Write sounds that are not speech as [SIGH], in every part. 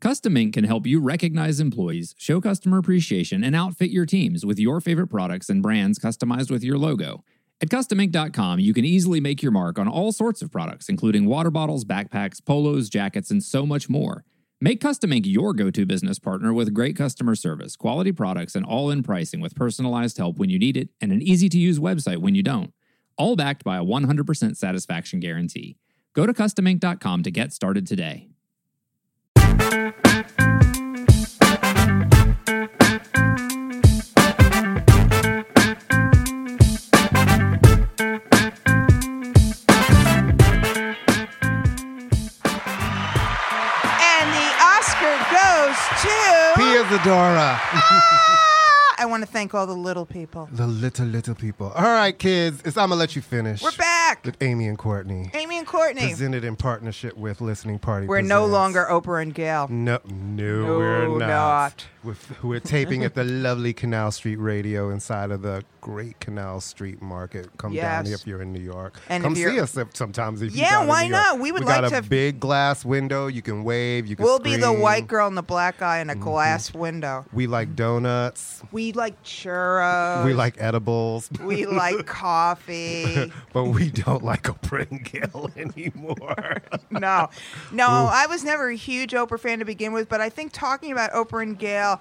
Custom Ink can help you recognize employees, show customer appreciation, and outfit your teams with your favorite products and brands customized with your logo. At CustomInc.com, you can easily make your mark on all sorts of products, including water bottles, backpacks, polos, jackets, and so much more. Make Custom Ink your go to business partner with great customer service, quality products, and all in pricing with personalized help when you need it and an easy to use website when you don't. All backed by a 100% satisfaction guarantee. Go to CustomInc.com to get started today. And the Oscar goes to. Pia Zadora. Ah! I want to thank all the little people. the little, little people. All right, kids. It's I'm going to let you finish. We're back. With Amy and Courtney. Amy and Courtney. Presented in partnership with Listening Party. We're no Presents. longer Oprah and Gail. No, no, we're No, not. not. We're, we're [LAUGHS] taping at the lovely Canal Street Radio inside of the great Canal Street Market. Come down Yes. if you're in New York. And Come if you're- see us if- sometimes if Yeah, you're down in why New York. not? We would got like a to- big glass window. You can wave. You can. We'll be the scream. white girl and the black guy Mm-hmm. in a glass window. We like donuts. We like churros. we like edibles. [LAUGHS] We [LAUGHS] like coffee. but we don't like Oprah and Gail [LAUGHS] anymore. No, no, I was never a huge Oprah fan to begin with, but I think talking about Oprah and Gail,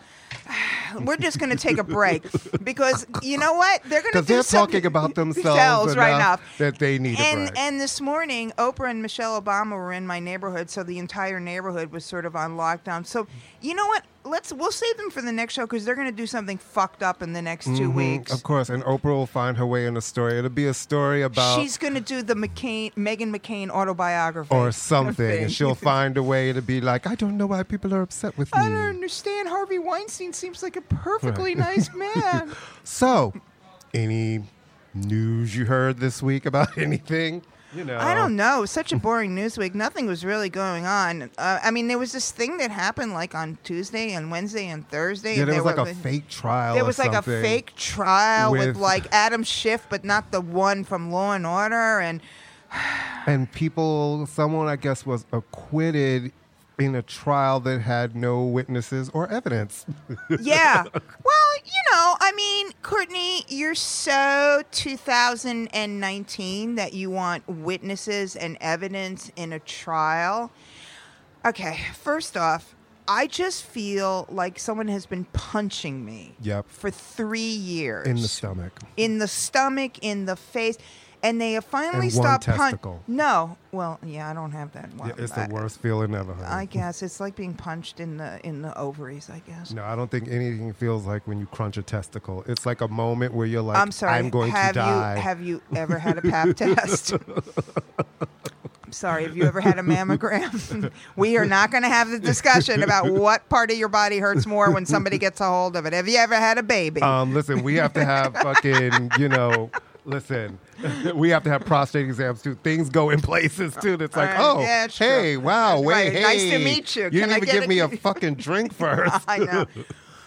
[SIGHS] we're just going to take a [LAUGHS] break because you know what? They're going to do Because they're something talking about themselves, themselves right enough now. that they need a And break. and this morning, Oprah and Michelle Obama were in my neighborhood, so the entire neighborhood was sort of on lockdown. So you know what? Let's we'll save them for the next show because they're going to do something fucked up in the next 2 weeks. Mm-hmm. Of course, and Oprah will find her way in a story. It'll be a story about She's going to do the McCain Megan McCain autobiography or something, Thing. [LAUGHS] and she'll find a way to be like, I don't know why people are upset with I don't me. understand. Harvey Weinstein seems like a perfectly nice [LAUGHS] man. So, any news you heard this week about [LAUGHS] anything? You know, I don't know. It was [LAUGHS] Such a boring news week. Nothing was really going on. Uh, I mean, there was this thing that happened like on Tuesday and Wednesday and Thursday. Yeah, and there was like were- a fake trial. There or was like a something. fake trial with, with- like Adam Schiff, but not the one from Law and Order. [LAUGHS] And and people. Someone, I guess, was acquitted in a trial that had no witnesses or evidence. yeah, well, you know, I mean, Courtney, you're so 2019 that you want witnesses and evidence in a trial. Okay, first off, I just feel like someone has been punching me. Yep. For three years. in the stomach. in the stomach, in the face, and they have finally And one stopped. pun- testicle. no, well, yeah, I don't have that one. Yeah, it's I- the worst feeling ever. honey. I guess it's like being punched in the in the ovaries. I guess. No, I don't think anything feels like when you crunch a testicle. It's like a moment where you're like, I'm sorry. I'm going have to die. You, have you ever had a pap [LAUGHS] test? I'm sorry. Have you ever had a mammogram? [LAUGHS] we are not going to have the discussion about what part of your body hurts more when somebody gets a hold of it. Have you ever had a baby? um, listen, we have [LAUGHS] to have fucking, you know, listen, [LAUGHS] we have to have prostate exams too. Things go in places too. That's like, Right, oh, Uh, yeah, it's true. hey, wow, That's wait, right. Nice to hey, meet you. You Can didn't I even get give a- [LAUGHS] me a fucking drink first. I know.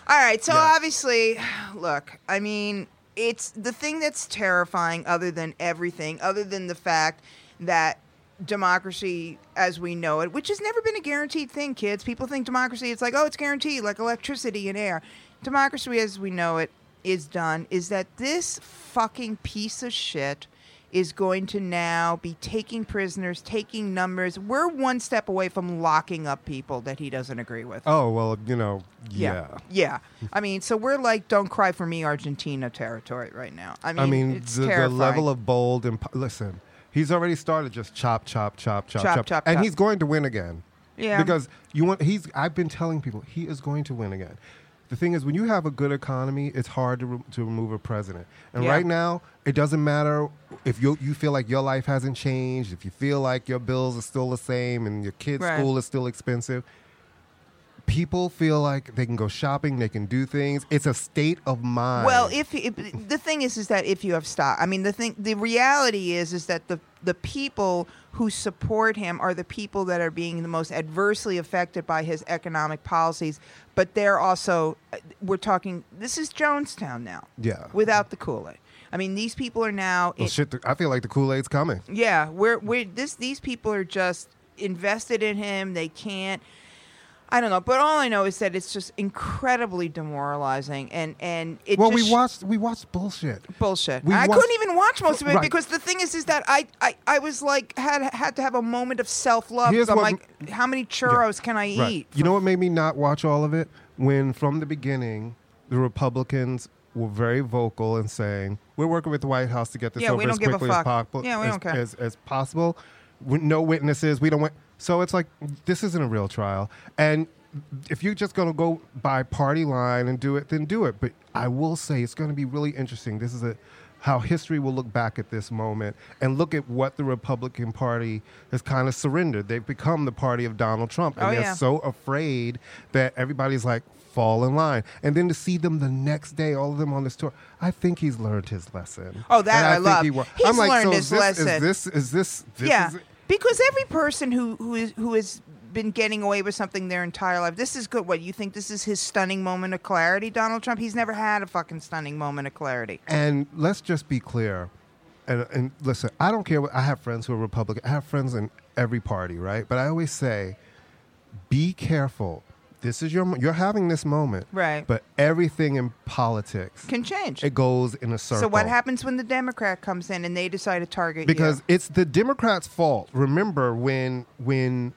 All right. So obviously, look, I mean, it's the thing that's terrifying, other than everything, other than the fact that democracy as we know it, which has never been a guaranteed thing, kids. People think democracy, it's like, oh, it's guaranteed, like electricity and air. Democracy as we know it is done, is that this fucking piece of shit is going to now be taking prisoners, taking numbers. We're one step away from locking up people that he doesn't agree with. Oh well, you know, yeah. Yeah. I mean, so we're like, don't cry for me, Argentina territory right now. I mean, I mean, it's the, the terrifying. level of bold and listen, he's already started just chop, chop, chop, chop, Chop, chop, chop, and chop. he's going to win again. Yeah. Because you want he's. I've been telling people he is going to win again. The thing is, when you have a good economy, it's hard to, re- to remove a president. And Yeah. right now, it doesn't matter if you you feel like your life hasn't changed, if you feel like your bills are still the same, and your kids' Right. school is still expensive people feel like they can go shopping, they can do things. It's a state of mind. well, if, if the thing is, is that if you have stock, I mean, the thing, the reality is, is that the the people who support him are the people that are being the most adversely affected by his economic policies. But they're also, we're talking. This is Jonestown now. Yeah. Without the Kool Aid, I mean, these people are now. Well, in- shit, I feel like the Kool Aid's coming. Yeah, we're we're this these people are just invested in him. They can't I don't know, but all I know is that it's just incredibly demoralizing, and and it well, just we sh- watched we watched bullshit. bullshit. we I watched- couldn't even watch most of it Right. because the thing is, is that I I, I was like had had to have a moment of self love. Here's I'm what- like, how many churros can I Right. eat? You know what made me not watch all of it? When from the beginning, the Republicans were very vocal in saying, "We're working with the White House to get this Yeah, we over don't as give a quickly fuck. as possible. Yeah, we as, don't care. as, as possible. We- No witnesses. We don't want." So it's like this isn't a real trial, and if you're just going to go by party line and do it, then do it. But I will say it's going to be really interesting. This is a how history will look back at this moment and look at what the Republican Party has kind of surrendered. They've become the party of Donald Trump, and Oh, they're yeah. so afraid that everybody's like fall in line. And then to see them the next day, all of them on this tour, I think he's learned his lesson. Oh, that And I think love. wa- He's I'm like, learned so his is this, lesson. Is this is this? this yeah, is it? because every person who who is who has been getting away with something their entire life. This is good. What you think? This is his stunning moment of clarity, Donald Trump. He's never had a fucking stunning moment of clarity. And let's just be clear. And, and listen, I don't care what I have friends who are Republican. I have friends in every party, right? But I always say, be careful. This is your mo- you're having this moment, Right. But everything in politics Can change. it goes in a circle. So what happens when the Democrat comes in and they decide to target you? because it's the Democrats' fault. Remember when when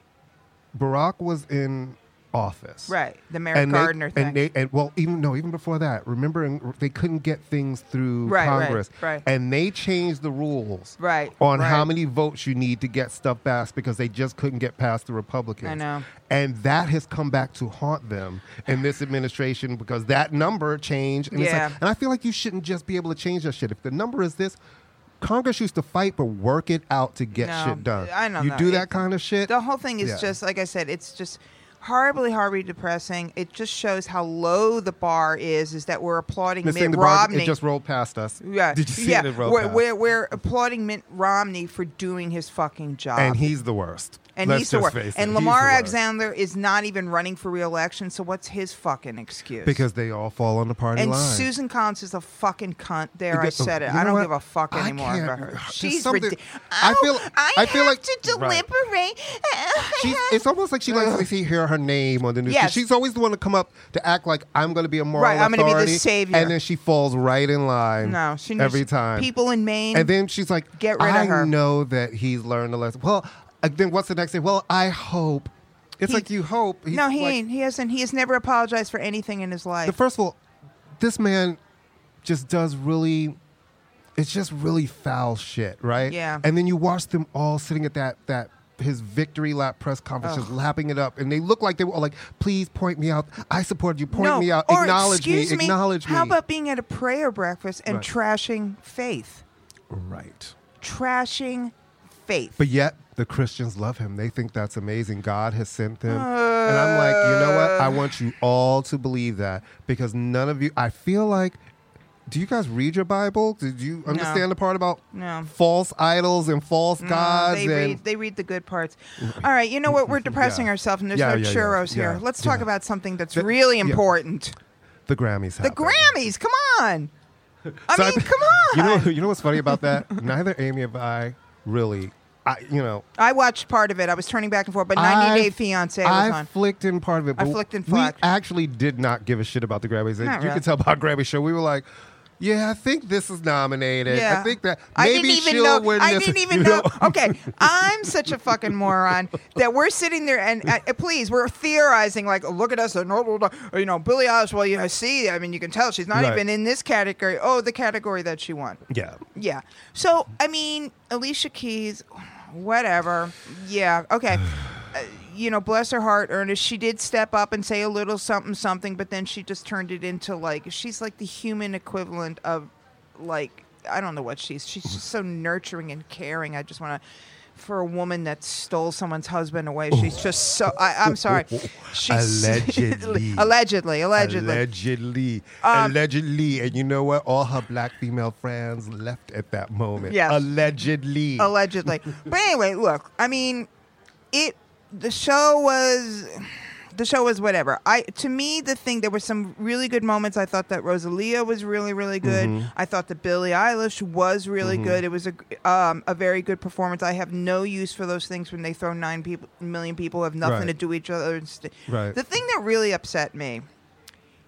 Barack was in office, right the Merrick they- Gardner thing? And they and well, even no, even before that, remember in- they couldn't get things through Right, right, Congress, right. And they changed the rules, Right, on how right. many votes you need to get stuff passed because they just couldn't get past the Republicans. I know. and that has come back to haunt them in this administration because that number changed. And, it's like- Yeah. and I feel like you shouldn't just be able to change that shit. If the number is this. Congress used to fight, but work it out to get No, shit done. I don't You know. do It- that kind of shit. the whole thing is Yeah. just like I said, it's just horribly, horribly depressing. It just shows how low the bar is. Is that we're applauding Miss thing, Mitt the bar- Romney? it just rolled past us. yeah, Did you see yeah. it? it rolled we're, past? we're, we're applauding Mitt Romney for doing his fucking job. and he's the worst. Um, And Let's he's the just worst. face it, And he's Lamar the worst. Alexander is not even running for reelection. So what's his fucking excuse? Because they all fall on the party and line. Susan Collins is a fucking cunt. There, I You said it. know I don't what? give a fuck I anymore can't- about her. there's She's something- ridiculous. I feel- I, I feel have like- to Right. deliberate. [LAUGHS] She's, it's almost like she likes to see, hear her name on the news. 'cause Yes. She's always the one to come up to act like I'm going to be a moral Right, I'm gonna be the authority," savior. and then she falls right in line. no, she knows every time. People in Maine. and then she's like, Get rid of I her." know that he's learned a lesson." Well, uh, then what's the next thing? Well, I hope. It's He- like you hope. He's no, he like, ain't. He hasn't. He has never apologized for anything in his life. the first of all, this man just does really it's just really foul shit, right? Yeah. And then you watch them all sitting at that that his victory lap press conference, just lapping it up, and they look like they were all like, "Please point me out. I support you. Point no, me out. or acknowledge excuse me. Acknowledge How me." about being at a prayer breakfast and Right. trashing faith? right? Trashing faith. But yet the Christians love him. They think that's amazing. God has sent them. and I'm like, you know what? I want you all to believe that because none of you I feel like do you guys read your Bible? Did you understand the part about No. false idols and false Uh, gods They and read, they read the good parts. All right, you know what? We're depressing [LAUGHS] Yeah. ourselves, and there's Yeah, no yeah, yeah, churros here. yeah, Let's talk yeah. about something that's The- really yeah. important. the Grammys The happened. Grammys, come [LAUGHS] on! I So mean, come on! [LAUGHS] You know you know what's funny about that? [LAUGHS] Neither Amy and I really I you know I watched part of it. I was turning back and forth, but 90 I- Day Fiance I was on. flicked in part of it. I but flicked in We flack. actually did not give a shit about the Grammys. you Not really. can tell by our Grammy show, we were like, "Yeah, I think this is nominated. Yeah. I think that I maybe didn't even she'll know. win I this." didn't even [LAUGHS] You know. [LAUGHS] Okay, I'm such a fucking moron that we're sitting there and uh, please, we're theorizing like, oh, look at us, and oh, oh, oh, you know, Billie Eilish. Well, you see, I mean, you can tell she's not Right. even in this category. Oh, the category that she won. Yeah, Yeah. So I mean, Alicia Keys, whatever. Yeah. Okay. Uh, you know, bless her heart, Ernest. She did step up and say a little something, something, but then she just turned it into like she's like the human equivalent of like I don't know what she's. She's just so nurturing and caring. I just want to. For a woman that stole someone's husband away, she's just so. I, I'm sorry. She's, [LAUGHS] Allegedly. allegedly, allegedly. allegedly, Um, allegedly, and you know what? All her black female friends left at that moment. Yes. allegedly. allegedly. but anyway, look, I mean, it the show was the show was whatever. I to me the thing there were some really good moments. I thought that Rosalia was really really good. Mm-hmm. I thought that Billie Eilish was really good. It was a um, a very good performance. I have no use for those things when they throw nine people million people who have nothing Right. to do with each other. and st- Right. The thing that really upset me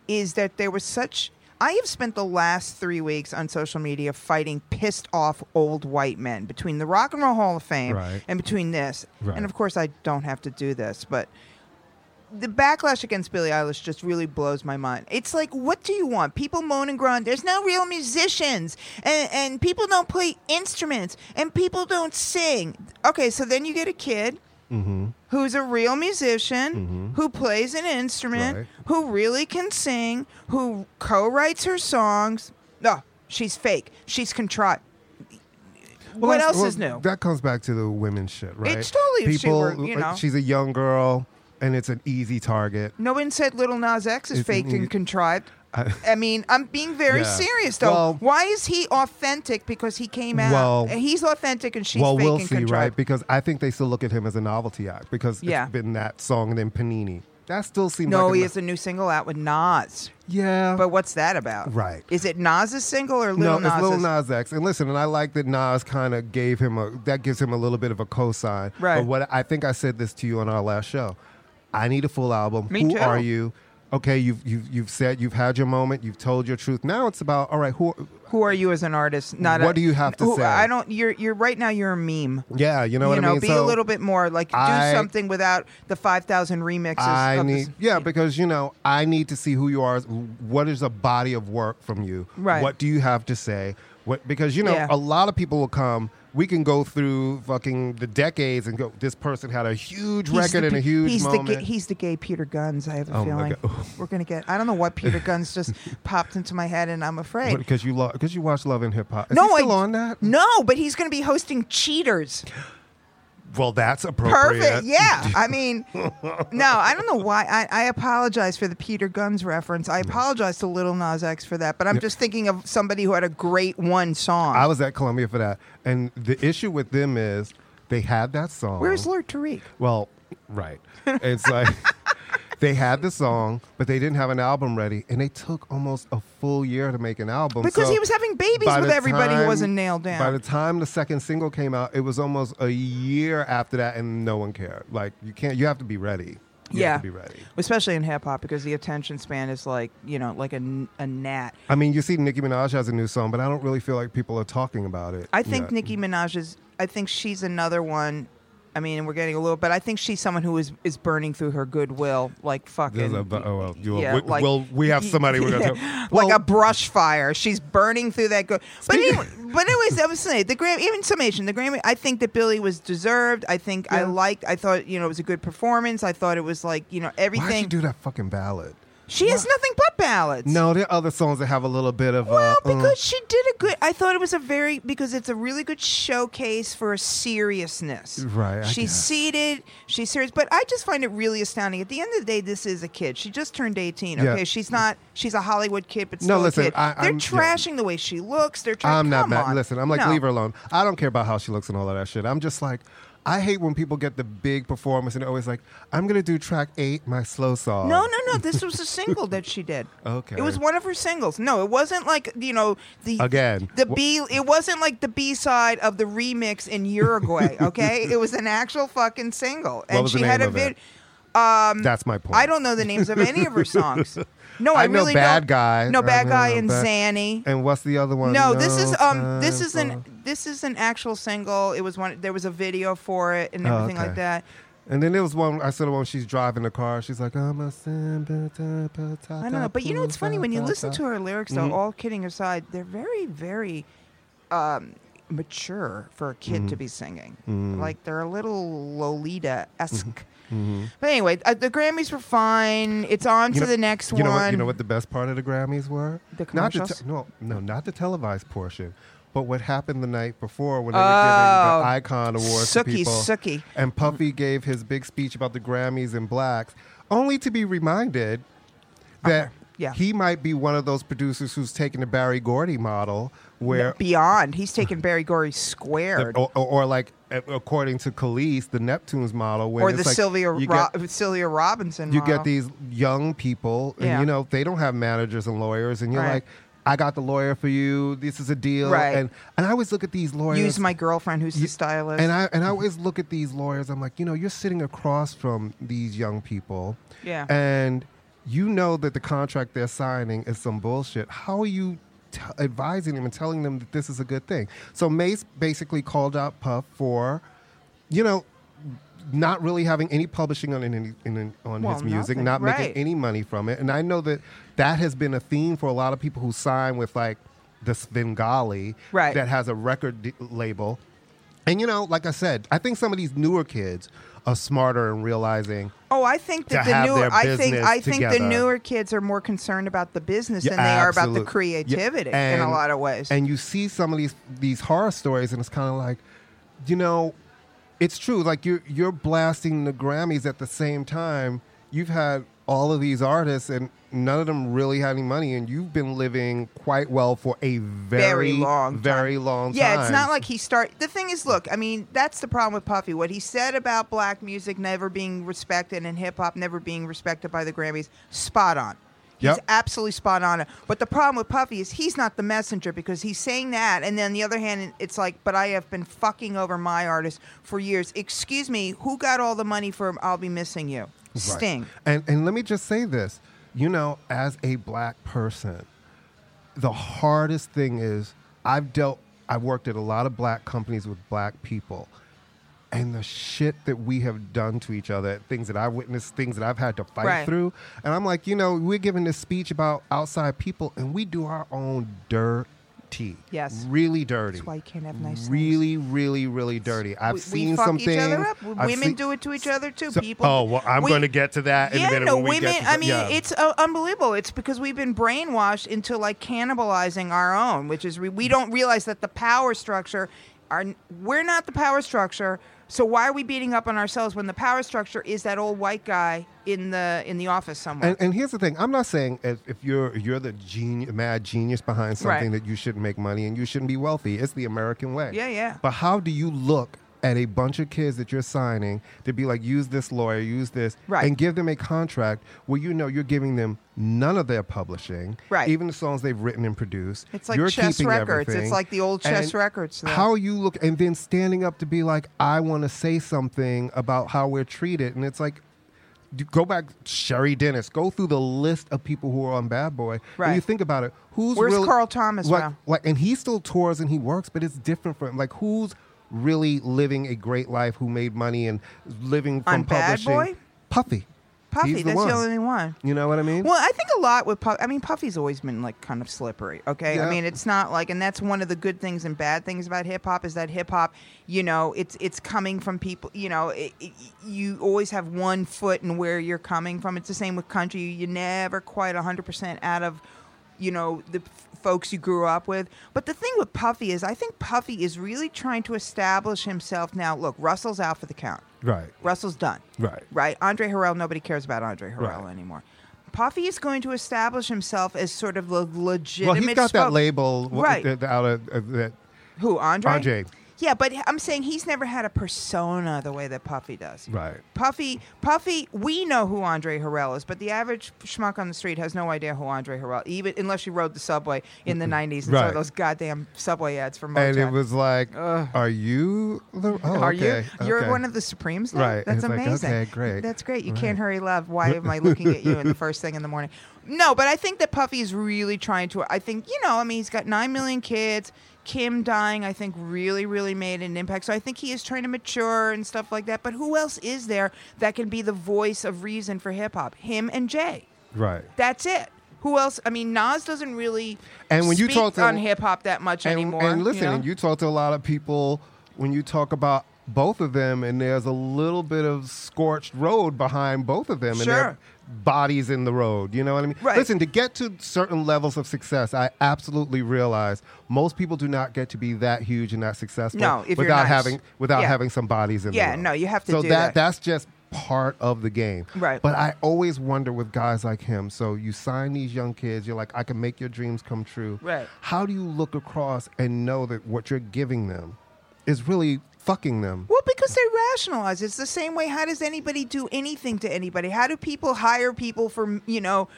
is that there was such. I have spent the last three weeks on social media fighting pissed off old white men between the Rock and Roll Hall of Fame Right. and between this. Right. And of course, I don't have to do this, but the backlash against Billie Eilish just really blows my mind. It's like, what do you want? People moan and groan. There's no real musicians, and, and people don't play instruments, and people don't sing. Okay, so then you get a kid who's a real musician, who plays an instrument, Mm-hmm. Right. who really can sing, who co writes her songs. No, she's fake. She's contrived. Well, what that's- else well, is new? That comes back to the women's shit, right? It's totally if she people. were, you know. She's a young girl, and it's an easy target. no one said Little Nas X is It's- faked and it- contrived. I- I mean, I'm being very Yeah. serious though. Well- Why is he authentic because he came out? Well- he's authentic and she's well, fake we'll and see, right? contrived. Because I think they still look at him as a novelty act because Yeah. it's been that song and then Panini. That still seems No, like a he no- has a new single out with Nas. Yeah, But what's that about? Right. Is it Nas's single or no, Little it's Nas? Lil Nas X. And listen, and I like that Nas kind of gave him a that gives him a little bit of a cosign. Right. But what I think I said this to you on our last show. I need a full album. Me who too. are you? Okay, you've you've you've said you've had your moment. You've told your truth. Now it's about all right. Who Who are you as an artist? Not a- What do you have to who- say? I don't. You're you're right now. You're a meme. Yeah, you know you what know, I mean. be a so little bit more like do I- something without the five thousand remixes. I of need, this- yeah, because you know, I need to see who you are. What is a body of work from you? Right. What do you have to say? What because you know, Yeah. a lot of people will come. We can go through fucking the decades and go. This person had a huge He's record the, and a pe- huge he's moment. The gay, he's the gay Peter Guns. I have a Oh my feeling God. [LAUGHS] we're gonna get. I don't know what Peter Guns just popped into my head, and I'm afraid. because you love because you watch Love and Hip Hop. Is no, he still I, on that. No, but he's gonna be hosting Cheaters. Well, that's appropriate. Perfect. Yeah. I mean, no, I don't know why. I, I apologize for the Peter Guns reference. I apologize to Little Nas X for that, but I'm just thinking of somebody who had a great one song. I was at Columbia for that, and the issue with them is they had that song. Where's Lord Tariq? Well, right. It's like [LAUGHS] they had the song, but they didn't have an album ready, and they took almost a full year to make an album Because So he was having babies by with the everybody who time- wasn't nailed down. By the time the second single came out, it was almost a year after that, and no one cared. Like you can't, you have to be ready. You yeah, have to be ready. especially in hip hop because the attention span is like you know like a, n- a gnat. I mean, you see, Nicki Minaj has a new song, but I don't really feel like people are talking about it. I think yet. Nicki Minaj is. I think she's another one. I mean, we're getting a little, but I think she's someone who is is burning through her goodwill like There's fucking. a bu- oh, well, you- yeah, we, like- well, we have somebody we're going [LAUGHS] to talk like a brush fire. She's burning through that. Go- but anyway, but anyways, that was saying the Grammy. Even summation, the Grammy. I think that Billy was deserved. I think I Yeah. liked. I thought you know it was a good performance. I thought it was like you know Why'd everything. you do that fucking ballad? she has nothing but ballads. No, there are other songs that have a little bit of. Well, uh, uh, because she did a good. I thought it was a very because it's a really good showcase for seriousness. Right, I she's guess. seated. She's serious, but I just find it really astounding. At the end of the day, this is a kid. She just turned eighteen. Yeah. Okay, she's not. She's a Hollywood kid, but No, still a listen, kid. I- They're I'm- yeah. trashing the way she looks. They're. Tra- I'm not come mad. on. Listen, I'm like, No. leave her alone. I don't care about how she looks and all of that shit. I'm just like, I hate when people get the big performance and they're always like, I'm going to do track eight, my slow song. No, no, no. This was a single that she did. [LAUGHS] Okay. It was one of her singles. No, it wasn't like you know the Again. the Wh- B. It wasn't like the B side of the remix in [LAUGHS] Uruguay. Okay, it was an actual fucking single, and was she the name had a of it? vid- That's my point. I don't know the names of any of her [LAUGHS] songs. No, I, I know really Bad don't. Guy. No, I bad know guy and Bad- Zanny. And what's the other one? No, this is um time this is an for- this is an actual single. It was one there was a video for it and Oh, everything like okay. that. And then there was one, I saw the one she's driving the car. She's like, I'm a I I don't know, but you know what's funny when you listen to her lyrics, Mm-hmm. though. All kidding aside, they're very, very um, mature for a kid Mm-hmm. to be singing. Like they're a little Lolita esque. Mm-hmm. But anyway, uh, the Grammys were fine. It's on to You know- the next you know one. What, you know what the best part of the Grammys were? The Not the commercials? te- no, no, not the televised portion, but what happened the night before when they Oh. were giving the Icon Awards to Sookie, people. sookie. Mm. And Puffy gave his big speech about the Grammys and blacks, only to be reminded that Uh, yeah. he might be one of those producers who's taking the Barry Gordy model, where [LAUGHS] Beyond, he's taken Barry Gordy squared. or, or, or like a- according to Khalees, the Neptune's model, where or it's the like Sylvia you Ro- get, Sylvia Robinson. you model. get these young people, and Yeah. you know they don't have managers and lawyers, and you're Right. like, I got the lawyer for you. This is a deal, Right. and and I always look at these lawyers. use my girlfriend who's the stylist. And I [LAUGHS] and I always look at these lawyers. I'm like, you know, you're sitting across from these young people, Yeah. and you know that the contract they're signing is some bullshit. How are you t- advising them and telling them that this is a good thing? So Mace basically called out Puff for, you know. Not really having any publishing on any, in, in- on Well, his music, nothing. not Right. making any money from it, and I know that that has been a theme for a lot of people who sign with like the Svengali Right. that has a record d- label, and you know, like I said, I think some of these newer kids are smarter and realizing. oh, I think that to the have newer, their I think, business I think the together. newer kids are more concerned about the business Yeah, than they are about the absolute- yeah, creativity in a and- lot of ways. And you see some of these these horror stories, and it's kind of like, you know, it's true. Like you're you're blasting the Grammys at the same time. You've had all of these artists, and none of them really had any money, and you've been living quite well for a very, Very long time. very long yeah, time. it's not like he start. The thing is, look, I mean, that's the problem with Puffy. What he said about black music never being respected and hip hop never being respected by the Grammys, spot on. He's Yep. absolutely spot on. But the problem with Puffy is he's not the messenger because he's saying that, and then on the other hand, it's like, but I have been fucking over my artist for years. Excuse me, who got all the money for "I'll Be Missing You"? Right. Sting. And and let me just say this, you know, as a black person, the hardest thing is I've dealt I've worked at a lot of black companies with black people. And the shit that we have done to each other, things that I witnessed, things that I've had to fight Right. through. And I'm like, you know, we're giving this speech about outside people and we do our own dirty. Yes. Really dirty. why you can't have nice things. Really, really, really dirty. I've we, seen we fuck some each things. other up. I've Women seen- do it to each other too. so- People. Oh, well, I'm we- going to get to that in yeah, a minute no, when we women. get to I mean, yeah. it's uh, unbelievable. It's because we've been brainwashed into like cannibalizing our own, which is we, we don't realize that the power structure are we're not the power structure. So why are we beating up on ourselves when the power structure is that old white guy in the in the office somewhere? And, and here's the thing: I'm not saying if, if you're you're the genius, mad genius behind something Right. that you shouldn't make money and you shouldn't be wealthy. It's the American way. Yeah, yeah. But how do you look at a bunch of kids that you're signing to be like, use this lawyer, use this, Right. and give them a contract where you know you're giving them none of their publishing, Right. Even the songs they've written and produced. It's like You're Chess keeping Records. It's everything. like the old Chess And Records, though. How you look, and then standing up to be like, I want to say something about how we're treated, and it's like. you Go back, Sherry Dennis. Go through the list of people who are on Bad Boy. Right. And you think about it. Who's Where's really- Carl Thomas Like, now? like, and he still tours and he works, but it's different for him. Like, who's really living a great life? Who made money and living from On Bad publishing? Boy? Puffy. Puffy. he's the that's one. the only one. You know what I mean? Well, I think a lot with Puffy. I mean, Puffy's always been like kind of slippery. Okay, I Yeah. mean, it's not like, and that's one of the good things and bad things about hip hop is that hip hop, you know, it's it's coming from people. You know, it, it, you always have one foot in where you're coming from. It's the same with country. You're never quite hundred percent out of, you know, the f- folks you grew up with. But the thing with Puffy is, I think Puffy is really trying to establish himself now. Look, Russell's out for the count. right. Russell's done. Right. Right. Andre Harrell, nobody cares about Andre Harrell Right. anymore. Puffy is going to establish himself as sort of the legitimate. Well, he's got that spoke- label wh- Right. th- th- out of of uh, that. Who Andre? Andre. Yeah, but I'm saying he's never had a persona the way that Puffy does. Right. Puffy, Puffy, we know who Andre Harrell is, but the average schmuck on the street has no idea who Andre Harrell, even unless you rode the subway in the '90s and saw Right. those goddamn subway ads for Motown. And it was like, are you the? Oh, Are okay, you? You're okay. one of the Supremes, now? Right. That's It's like, amazing. okay, great. That's great. You can't hurry, love. Why am I looking at you in the [LAUGHS] first thing in the morning? No, but I think that Puffy is really trying to. I think you know. I mean, he's got nine million kids. Kim dying, I think, really, really made an impact. So I think he is trying to mature and stuff like that. But who else is there that can be the voice of reason for hip hop? Him and Jay. right. That's it. Who else? I mean, Nas doesn't really And when you speak talk to- on hip hop that much and, anymore. And listen, you know? and you talk to a lot of people when you talk about both of them, and there's a little bit of scorched road behind both of them, and Sure. their bodies in the road. You know what I mean? Right. Listen, to get to certain levels of success, I absolutely realize most people do not get to be that huge and that successful No, if you're without nice. having without Yeah. having some bodies in Yeah, the road. no, you have to So do that. that that's just part of the game. Right. But I always wonder with guys like him. So you sign these young kids, you're like, I can make your dreams come true. Right. How do you look across and know that what you're giving them is really fucking them. Well, because they rationalize. It's the same way. How does anybody do anything to anybody? How do people hire people for you know?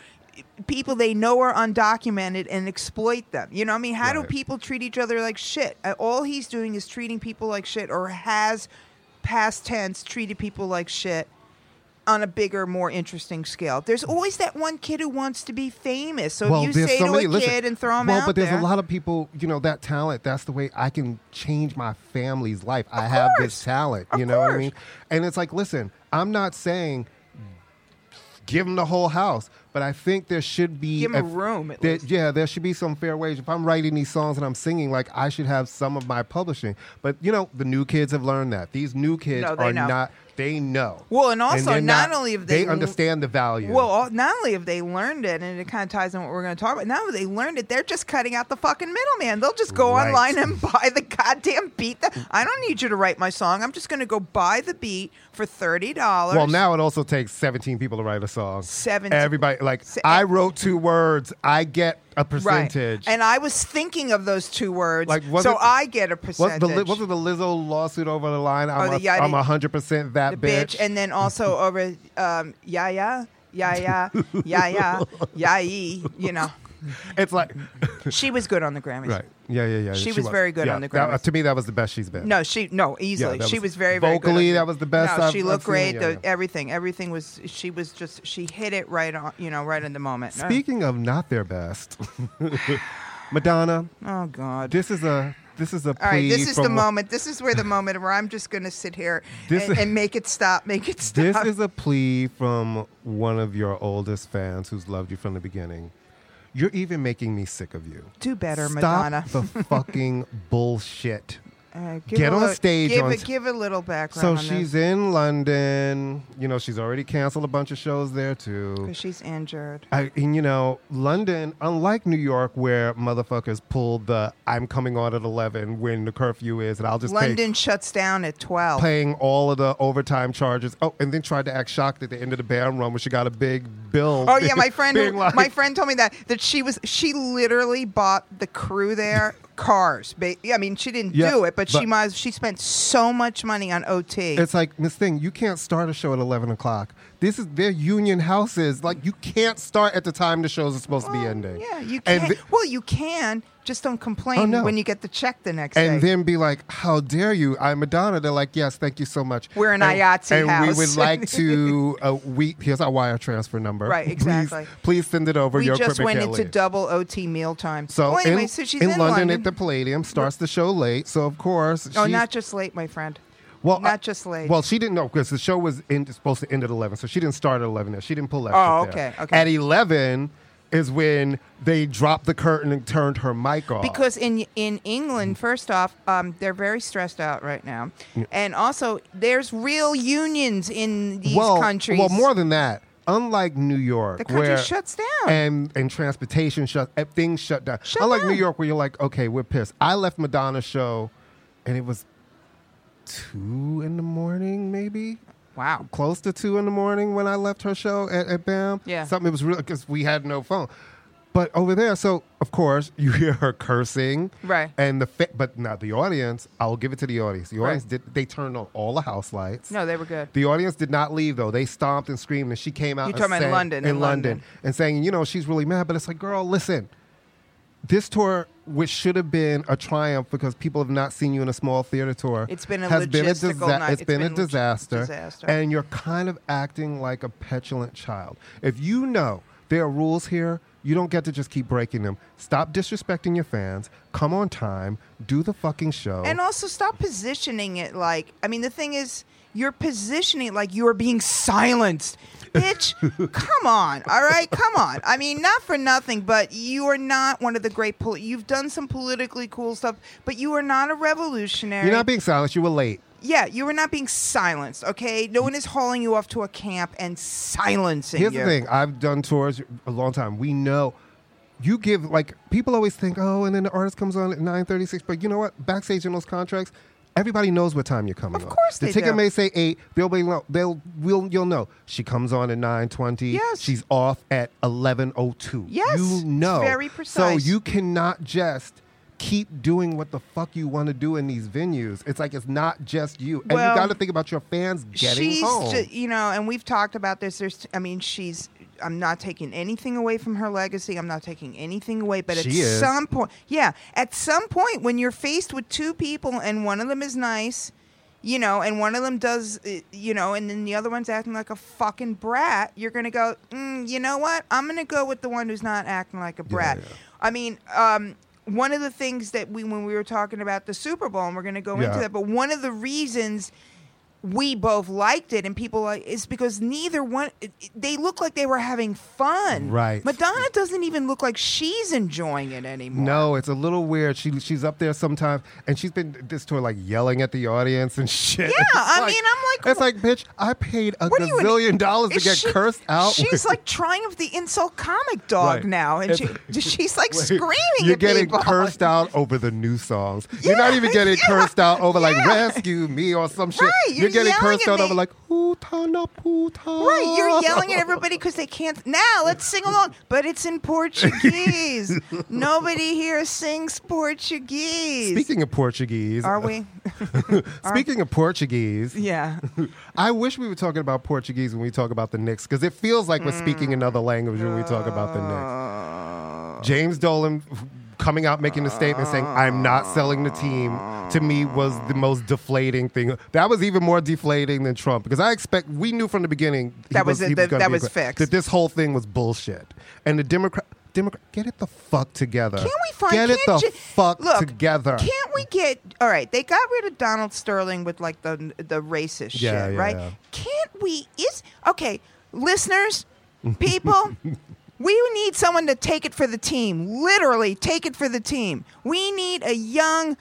People they know are undocumented and exploit them. You know, what I mean, how do Right. people treat each other like shit? Uh, All he's doing is treating people like shit, or has past tense treated people like shit on a bigger, more interesting scale. There's always that one kid who wants to be famous. So if you Mm. there's say so to many- a listen, kid and throw him well, out but there's there, a lot of people, you know, that talent. That's the way I can change my family's life. I have course. this talent. Of you know what I course. mean? And it's like, listen, I'm not saying give them the whole house, but I think there should be Give 'em a room, at there- least. Yeah, there should be some fair wage. If I'm writing these songs and I'm singing, like I should have some of my publishing. But you know, the new kids have learned that. These new kids No, they are know. not. They know. Well, and also, they're not only have they- they understand the value. Well, all- not only have they learned it, and it kind of ties in what we're going to talk about. Now that they learned it, they're just cutting out the fucking middleman. They'll just go Right. online and buy the goddamn beat. That I don't need you to write my song. I'm just going to go buy the beat for thirty dollars. Well, now it also takes 17 people to write a song. 17. Everybody, like, Se- e- I wrote two words. I get a right? percentage. And I was thinking of those two words, Like, was so it- I get a what percentage. the, Li- wasn't the Lizzo lawsuit over the line? I'm, Oh, a, the- yeah, I I'm did- 100% that the bitch, and then [LAUGHS] also over um, Yaya, Yaya, Yaya, Yai. You know, it's like, she was good on the Grammys. right. Yeah, yeah, yeah. She was very good Yeah, on the that- uh, Grammys. to me, that was the best she's been. No, she no easily. that she was- was very very good. vocally, on- that was the best No, I've- she I've looked seen, great. yeah, the, yeah. Everything, everything was. She was just. She hit it right on. You know, right in the moment. No. Speaking of not their best, [LAUGHS] Madonna, Oh God. this is a. This is a plea all right, this is from the one- moment. This is where the moment where I'm just going to sit here This- and, and make it stop. Make it stop. This is a plea from one of your oldest fans who's loved you from the beginning. You're even making me sick of you. Do better, Stop Madonna. [LAUGHS] the fucking bullshit. Uh, give Get a on little- stage Give, on a, t- give a little background. So on she's in London. You know, she's already canceled a bunch of shows there too. because she's injured. I, and you know, London, unlike New York, where motherfuckers pull the "I'm coming on at 11" when the curfew is, and I'll just pay- London shuts down at twelve. paying all of the overtime charges. Oh, and then tried to act shocked at the end of the band run when she got a big bill. Oh yeah, my friend, [LAUGHS] being who, like- my friend told me that that she was she literally bought the crew there cars. Ba- yeah, I mean she didn't Yeah, do it, but, she but- might she spent so much money on OT. It's like Miss Thing, you can't start a show at eleven o'clock. This is their union houses. Like you can't start at the time the shows are supposed to be Well, ending. Yeah, you And can. th- well, you can. Just don't complain Oh, no. when you get the check the next and day. then be like, "How dare you? I'm Madonna." They're like, "Yes, thank you so much." We're an and, IATSE and we house. [LAUGHS] would like to. Uh, we here's our wire transfer number. Right, Please- exactly. Please, send it over. we Your just equipment went can't into leave. double OT meal time. So well, anyway, in, so she's in, London, London at the Palladium starts the show late. So of course, Oh, she's- not just late, my friend. well, not I- just late. Well, she didn't know because the show was in, supposed to end at eleven, so she didn't start at eleven. There, she didn't pull that. Oh, shit there. okay, okay. At eleven is when they dropped the curtain and turned her mic off. Because in in Mm. England, first off, um, they're very stressed out right now, and also there's real unions in these well, countries. well, more than that. Unlike New York, The country where shuts down. and and transportation shut, and things shut down. Shut Unlike New down. York, where you're like, okay, we're pissed. I left Madonna's show, and it was two in the morning, maybe. wow. close to two in the morning when I left her show at, at BAM. Yeah. Something it was real because we had no phone. But over there, so of course you hear her cursing, Right. And the fa- but not the audience. I will give it to the audience. The Right. audience did. They turned on all the house lights. No, they were good. The audience did not leave though. They stomped and screamed, and she came out. You're and talking about in sang- London, In, in London, London. and saying, you know, she's really mad. But it's like, girl, listen. This tour, which should have been a triumph because people have not seen you in a small theater tour, It's been a has been a logistical disa- night. It's been, a log- disaster, disaster. and you're kind of acting like a petulant child. If you know there are rules here, you don't get to just keep breaking them. Stop disrespecting your fans. Come on time. Do the fucking show. And also stop positioning it like I mean the thing is you're positioning it like you are being silenced. [LAUGHS] Bitch, come on. All right, come on. I mean, not for nothing, but you are not one of the great poli- you've done some politically cool stuff, but you are not a revolutionary. you're not being silenced. You were late. yeah, you are not being silenced, okay? No one is hauling you off to a camp and silencing Here's you. the thing. I've done tours a long time. We know you give like people always think, oh, and then the artist comes on at nine thirty six. But you know what? Backstage in those contracts, everybody knows what time you're coming on. course the they ticket do. may say eight. They'll be lo- they'll will you'll know she comes on at nine twenty. Yes. she's off at eleven oh two. Yes. you know It's very So precise. you cannot just keep doing what the fuck you want to do in these venues. It's like it's not just you, and Well, you got to think about your fans getting she's home. ju- you know and we've talked about this there's i mean she's i'm not taking anything away from her legacy i'm not taking anything away but She at is. some point yeah at some point when you're faced with two people and one of them is nice you know and one of them does uh, you know and then the other one's acting like a fucking brat you're gonna go mm, you know what i'm gonna go with the one who's not acting like a brat yeah. i mean um one of the things that we when we were talking about the super bowl and we're going to go into Yeah. that but one of the reasons we both liked it and people like it's because neither one it- it- they look like they were having fun Right. madonna doesn't even look like she's enjoying it anymore No, it's a little weird. She she's up there sometimes, and she's been this tour like yelling at the audience and [LAUGHS] shit. Yeah, I mean, I'm like, it's like, bitch, I paid a What are you, an- gazillion dollars to Is get she- cursed out. She's with- [LAUGHS] like trying the insult comic dog Right. now, and she, It's- [LAUGHS] she's like screaming. You're at getting people. cursed [LAUGHS] out over the new songs. you're not Yeah, even getting yeah, cursed out over like yeah. "Rescue Me" or some shit. Right, You're, you're getting yelling cursed at out me. over like "Putana, putana." Right, you're yelling at everybody because they can't. Now let's sing along, but it's in [LAUGHS] Portuguese. Nobody here sings Portuguese. [LAUGHS] Speaking of Portuguese, Are we? speaking of Portuguese, [LAUGHS] Yeah. I wish we were talking about Portuguese when we talk about the Knicks because it feels like we're speaking Mm. another language when we talk about the Knicks. Uh, James Dolan f- coming out making the statement saying, I'm not selling the team, to me was the most deflating thing. That was even more deflating than Trump because I expect, we knew from the beginning he That was it, he that- gonna that be was acqui- fixed. That this whole thing was bullshit. And the Democrat. Democrat, get it the fuck together. Can't we find? Get it the can't ju- fuck look, together. Can't we get? All right, they got rid of Donald Sterling with like the the racist Yeah, shit, yeah, right? yeah. Can't we? Is okay, listeners, [LAUGHS] people. We need someone to take it for the team. Literally, take it for the team. We need a young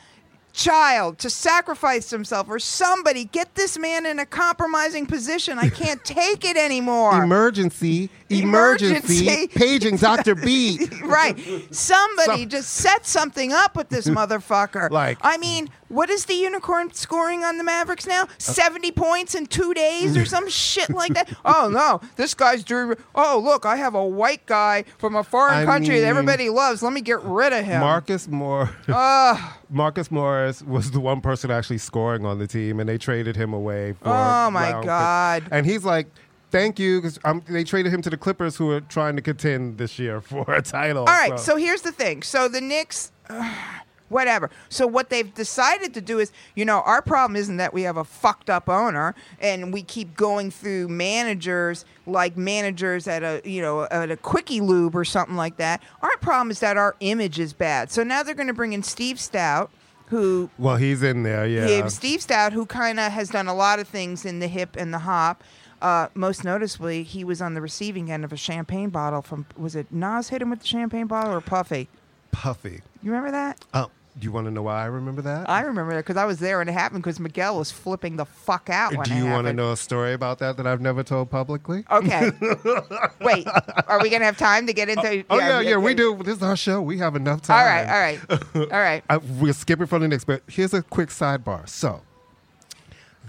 child to sacrifice himself or somebody. Get this man in a compromising position. I [LAUGHS] can't take it anymore. Emergency, emergency, Emergency. paging [LAUGHS] Dr. B. right. Somebody Some- just set something up with [LAUGHS] this motherfucker. Like- I mean, what is the unicorn scoring on the Mavericks Uh, now? 70 points in two days or [LAUGHS] some shit like that? Oh, no. This guy's Drew. Oh, look, I have a white guy from a foreign I country that mean- everybody loves. Let me get rid of him. Marcus Moore. [LAUGHS] Ugh. Marcus Morris was the one person actually scoring on the team, and they traded him away. For Oh, my round pick. God. And he's like, "Thank you," because they traded him to the Clippers, who are trying to contend this year [LAUGHS] for a title. All right, so here's the thing. So the Knicks, [SIGHS] ugh, whatever. So what they've decided to do is, you know, our problem isn't that we have a fucked up owner and we keep going through managers like managers at a you know at a quickie lube or something like that. Our problem is that our image is bad. So now they're going to bring in Steve Stout, who well, he's in there, yeah. yeah, Steve Stout, who kind of has done a lot of things in the hip and the hop. Uh, most noticeably, he was on the receiving end of a champagne bottle from was it Nas hit him with the champagne bottle or Puffy? Puffy. You remember that? Oh, do you want to know why I remember that? I remember that because I was there and it happened because Miguel was flipping the fuck out when do it you want to happened. know a story about that that I've never told publicly? [LAUGHS] Okay. Wait, are we gonna have time to get into? oh yeah, yeah, we okay. do. This is our show. We have enough time. All right, all right, all right. [LAUGHS] I, we're skipping from the next, but here's a quick sidebar. So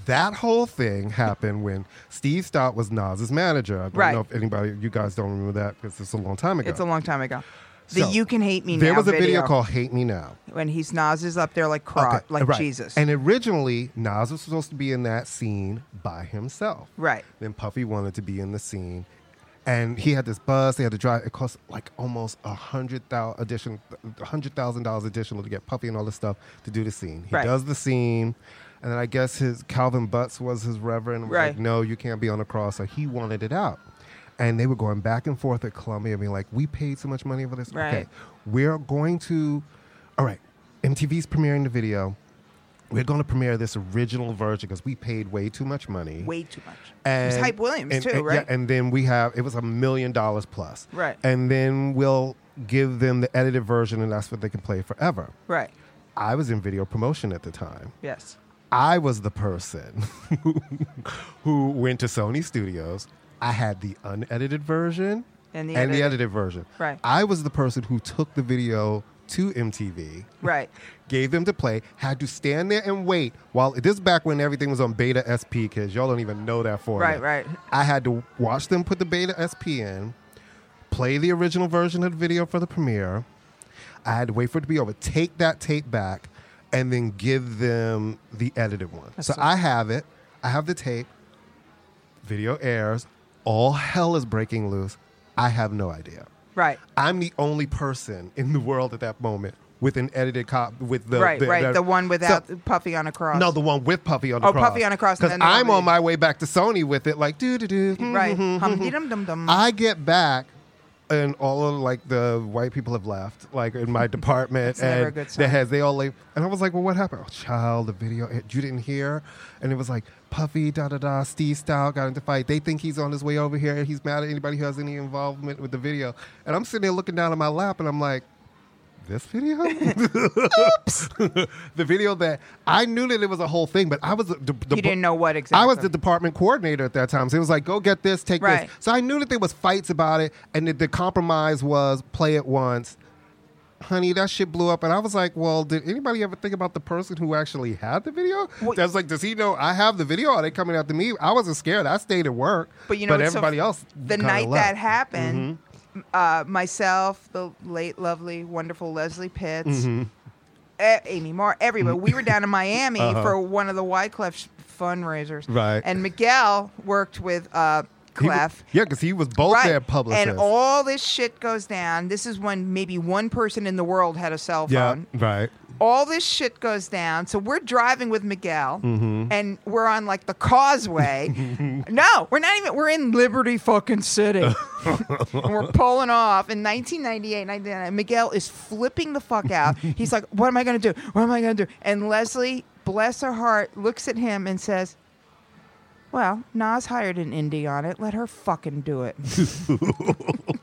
that whole thing happened when Steve Stott was Nas's manager. I don't Right. know if anybody, you guys don't remember that because it's a long time ago. It's a long time ago. The So, "You Can Hate Me there Now" was a video called "Hate Me Now." when he's Nas is up there like crot, Okay, like right. Jesus. And originally, Nas was supposed to be in that scene by himself. right. Then Puffy wanted to be in the scene, and he had this bus. They had to drive. It cost like almost a hundred thousand addition, hundred thousand dollars additional to get Puffy and all this stuff to do the scene. He Right. does the scene, and then I guess his Calvin Butts was his reverend. was Right. Like, no, you can't be on the cross. So he wanted it out. And they were going back and forth at Columbia, being like, "We paid so much money for this. Okay, Right. we're going to, all right. MTV's premiering the video. We're going to premiere this original version because we paid way too much money. Way too much. And, it was Hype Williams and- too, and- right? Yeah, and then we have it was a million dollars plus. Right. And then we'll give them the edited version, and that's what they can play forever. right. I was in video promotion at the time. Yes. I was the person [LAUGHS] who went to Sony Studios. I had the unedited version And the edited. edited. version. Right. I was the person who took the video to MTV, Right. gave them to play, had to stand there and wait while this is back when everything was on beta SP because y'all don't even know that for Right, right. I had to watch them put the beta SP in, play the original version of the video for the premiere. I had to wait for it to be over. Take that tape back and then give them the edited one. so I have it. I have the tape. Video airs. All hell is breaking loose. I have no idea. Right. I'm the only person in the world at that moment with an edited cop with the right, right. The one So- without Puffy on a cross. no, the one with Puffy on the Oh, cross. Puffy on a cross, and Because then the one I'm with- on my way back to Sony with it, like doo doo doo. right. Hum dee dum dum dum. Mm-hmm, I get back, and all of like the white people have left, like in my department, It's and never a good the sign. heads they all leave. And I was like, "Well, what happened? Oh, child, the video eh, you didn't hear." And it was like Puffy, da da da. Steve Style got into fight. They think he's on his way over here, and he's mad at anybody who has any involvement with the video. And I'm sitting there looking down at my lap, and I'm like. This video? [LAUGHS] the video that I knew that it was a whole thing, but I was the, the, you didn't know what exactly. I was the department coordinator at that time. So it was like, go get this, take Right. this. So I knew that there was fights about it, and that the compromise was play it once. Honey, that shit blew up, and I was like, "Well, did anybody ever think about the person who actually had the video?" Well- That's like, does he know I have the video? Are they coming after me? I wasn't scared. I stayed at work, But you know, what's so- everybody else. The kinda night left. Mm-hmm. that happened, uh, myself, the late, lovely, wonderful Leslie Pitts, Mm-hmm. A- Amy Marr, everybody. we were down in [LAUGHS] Miami for one of the Wyclef fundraisers, Uh-huh. Right. And Miguel worked with uh, He wa- Clef. yeah, because he was both their publicists. and all this shit goes down. This is when maybe one person in the world had a cell yeah, phone. right. All this shit goes down. So we're driving with Miguel, Mm-hmm. and we're on like the [LAUGHS] causeway. no, we're not even. We're in Liberty fucking City, and we're pulling off in 1998. 1999, Miguel is flipping the fuck out. He's like, "What am I gonna do? What am I gonna do?" And Leslie, bless her heart, looks at him and says. Well, Nas hired an indie on it. Let her fucking do it. Good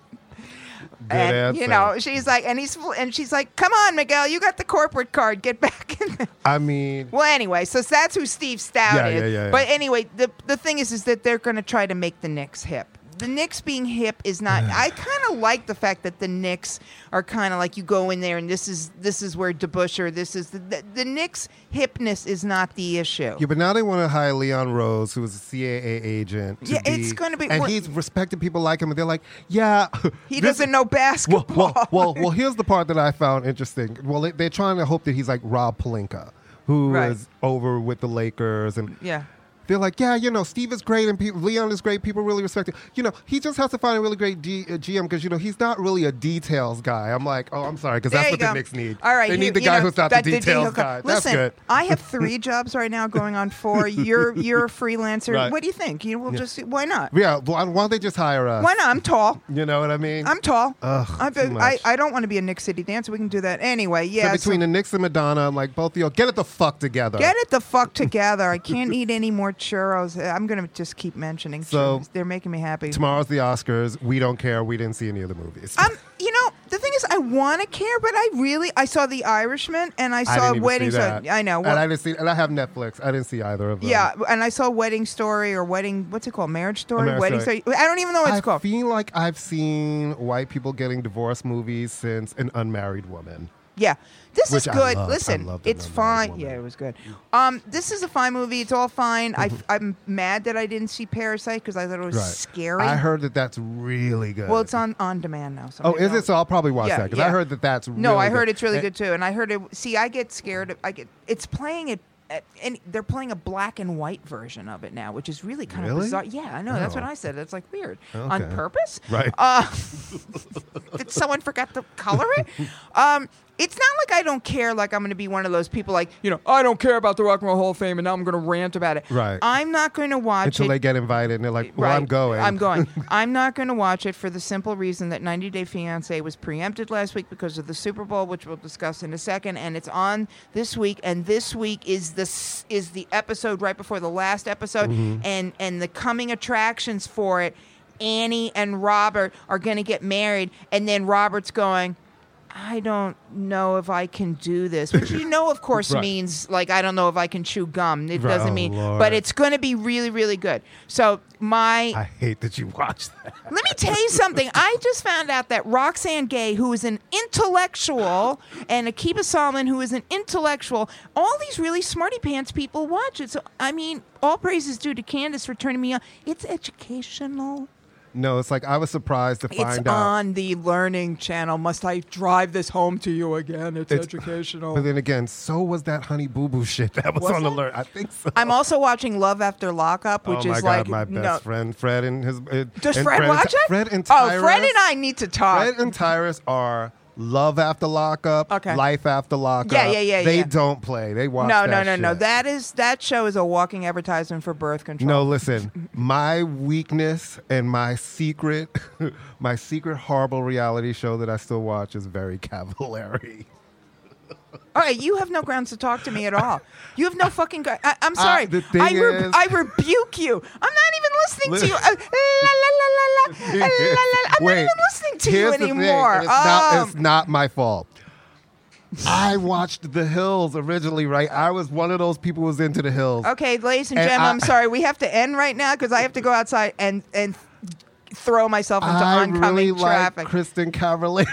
and answer. you know, she's like, and he's fl- and she's like, "Come on, Miguel, you got the corporate card. Get back in there." I mean, Well, anyway, so that's who Steve Stout Yeah, is. yeah, yeah, yeah. But anyway, the the thing is, is that they're going to try to make the Knicks hip. The Knicks being hip is not. I kind of like the fact that the Knicks are kind of like you go in there and this is this is where DeBuscher. This is the, the the Knicks hipness is not the issue. Yeah, but now they want to hire Leon Rose, who was a CAA agent. to Yeah, it's gonna be- and we're- he's respected people like him, and they're like, yeah, he this- doesn't know Well, basketball. well, well, well, here's the part that I found interesting. Well, it, they're trying to hope that he's like Rob Palinka, who is Right. over with the Lakers, and [LAUGHS] yeah. they're like, yeah, you know, Steve is great and people, Leon is great. People really respect him. You know, he just has to find a really great D, uh, GM because you know he's not really a details guy. I'm like, oh, I'm sorry, because There that's you what go. the Knicks need. All right, they you- need the you guy know, who's not the that- details guy. guy. Listen, that's good. I [LAUGHS] have three jobs right now, going on four. You're you're a freelancer. Right. What do you think? You will just why not? Yeah, why, why don't they just hire us? Why not? I'm tall. You know what I mean? I'm tall. Ugh, I, too much. I, I don't want to be a Nick City dancer. We can do that anyway. So Yeah. between the Knicks and Madonna, I'm like, both of y'all, get it the fuck together. so get it the fuck [LAUGHS] together. I can't eat any more churros. Uh, I'm gonna just keep mentioning So- churros. They're making me happy. Tomorrow's the Oscars. We don't care. We didn't see any of the movies. Um, you know, the thing is, I want to care, but I really, I saw The Irishman and I I saw didn't even Wedding. see Story. that. I know. Well, and I didn't see. And I have Netflix. I didn't see either of them. yeah, and I saw Wedding Story or Wedding. What's it called? Marriage Story. Marriage wedding Story. Story. I don't even know what it's I called. feel like I've seen white people getting divorce movies since An Unmarried Woman. Yeah, this Which is I good. loved. I Listen, loved it it's on that fine. one. Yeah, it was good. Um, this is a fine movie. It's all fine. I, am mad that I didn't see Parasite because I thought it was scary. Mm-hmm. I heard that that's really good. well, it's on on demand now. So Oh, maybe is I'll- it? So I'll probably watch Yeah, that because I yeah. heard that that's. No, really I heard good. Eh. it's really And- good too, and I heard it. See, I get scared. Of, I get. It's playing it. At, and they're playing a black and white version of it now, which is really kind of Really? bizarre. Yeah, I know. That's what Oh. I said. It's like weird on Okay. purpose. Right. Uh, [LAUGHS] did someone forget to color [LAUGHS] it? Um, it's not like I don't care. Like I'm going to be one of those people, like you know, I don't care about the Rock and Roll Hall of Fame, and now I'm going to rant about it. Right. I'm not going to watch Until it they get invited and they're like, well, I'm Right. going. I'm [LAUGHS] going. I'm not going to watch it for the simple reason that 90 Day Fiance was preempted last week because of the Super Bowl, which we'll discuss in a second, and it's on this week. And this week is the s- is the episode right before the last episode, Mm-hmm. and and the coming attractions for it. Annie and Robert are going to get married, and then Robert's going. I don't know if I can do this, which you know, of course, [LAUGHS] Right. means like I don't know if I can chew gum. It Right. doesn't Oh, mean, but Lord. it's going to be really, really good. So my I hate that you watched that. let me tell you something. I just found out that Roxanne Gay, who is an intellectual, and Akiba Solomon, who is an intellectual, all these really smarty pants people watch it. So, I mean, all praise is due to Candace for turning me on. It's educational. No, it's like I was surprised to It's find out. on the Learning Channel. Must I drive this home to you again? It's, It's- educational. But then again, so was that Honey Boo Boo shit that was, Was on it? the alert. I think so. I'm also watching Love After Lockup, oh which my is like God, my best no. friend Fred and his. uh, Does and Fred, and watch Ty- it? Fred and oh, Fred Tyrus- and I need to talk. Fred and Tyrus are love after lockup, Okay. life after lockup. Yeah, yeah, yeah, They yeah. don't play. They watch. no, no, that no, no. shit. That is that show is a walking advertisement for birth control. No, listen. My weakness and my secret, [LAUGHS] my secret horrible reality show that I still watch is very [LAUGHS] Cavallari. All right, you have no grounds to talk to me at all. You have no fucking. Gr- I, I'm sorry. Uh, the thing I, re- is- I rebuke you. I'm not even listening to you. Uh, [LAUGHS] la, la, la, la, la, la, la, la. I'm Wait, not even listening to you here's the thing, anymore. and it's, not, it's Um, not my fault. I watched The Hills originally, right? I was one of those people who was into The Hills. okay, ladies and and gentlemen, I- I'm sorry. We have to end right now because I have to go outside and and throw myself into I oncoming really traffic. like Kristen Cavallari.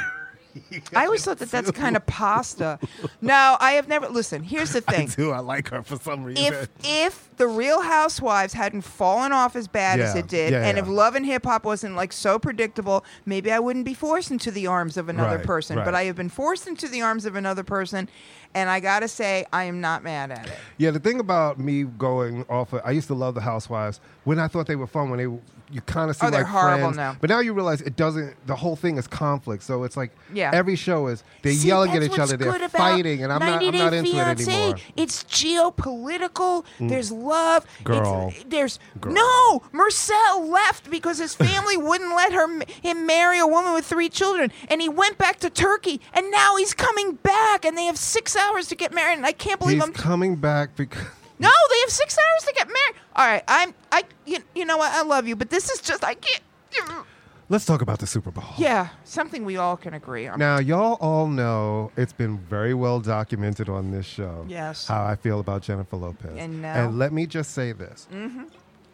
I always thought that that's kind of pasta. No, I have never. Listen, here's the I thing. do. [LAUGHS] I like her for some reason. if if the Real Housewives hadn't fallen off as bad as Yeah, it did, yeah, and yeah. if Love and Hip Hop wasn't like so predictable, maybe I wouldn't be forced into the arms of another Right, person. But right. I have been forced into the arms of another person, and I gotta say, I am not mad at it. Yeah, the thing about me going off, of, I used to love the Housewives when I thought they were fun. When they, you kind of see Oh, they're like horrible friends, now. But now you realize it doesn't. The whole thing is conflict. So it's like Yeah. every show is they See, yelling at that's each what's other, good they're about fighting, and I'm not, 90 I'm not Day into it Fiancé. anymore. Mm. It's geopolitical. There's love. It's- Girl. there's Girl. no. Marcel left because his [LAUGHS] family wouldn't let her m- him marry a woman with three children, and he went back to Turkey, and now he's coming back, and they have six hours to get married, and I can't believe He's I'm. coming back because no, they have six hours to get married. All right, I'm. I. You, you know what? I love you, but this is just. I can't. [LAUGHS] let's talk about the Super Bowl. Yeah, something we all can agree on. Now, y'all all know it's been very well documented on this show. Yes. How I feel about Jennifer Lopez. And now- Mm-hmm. let me just say this.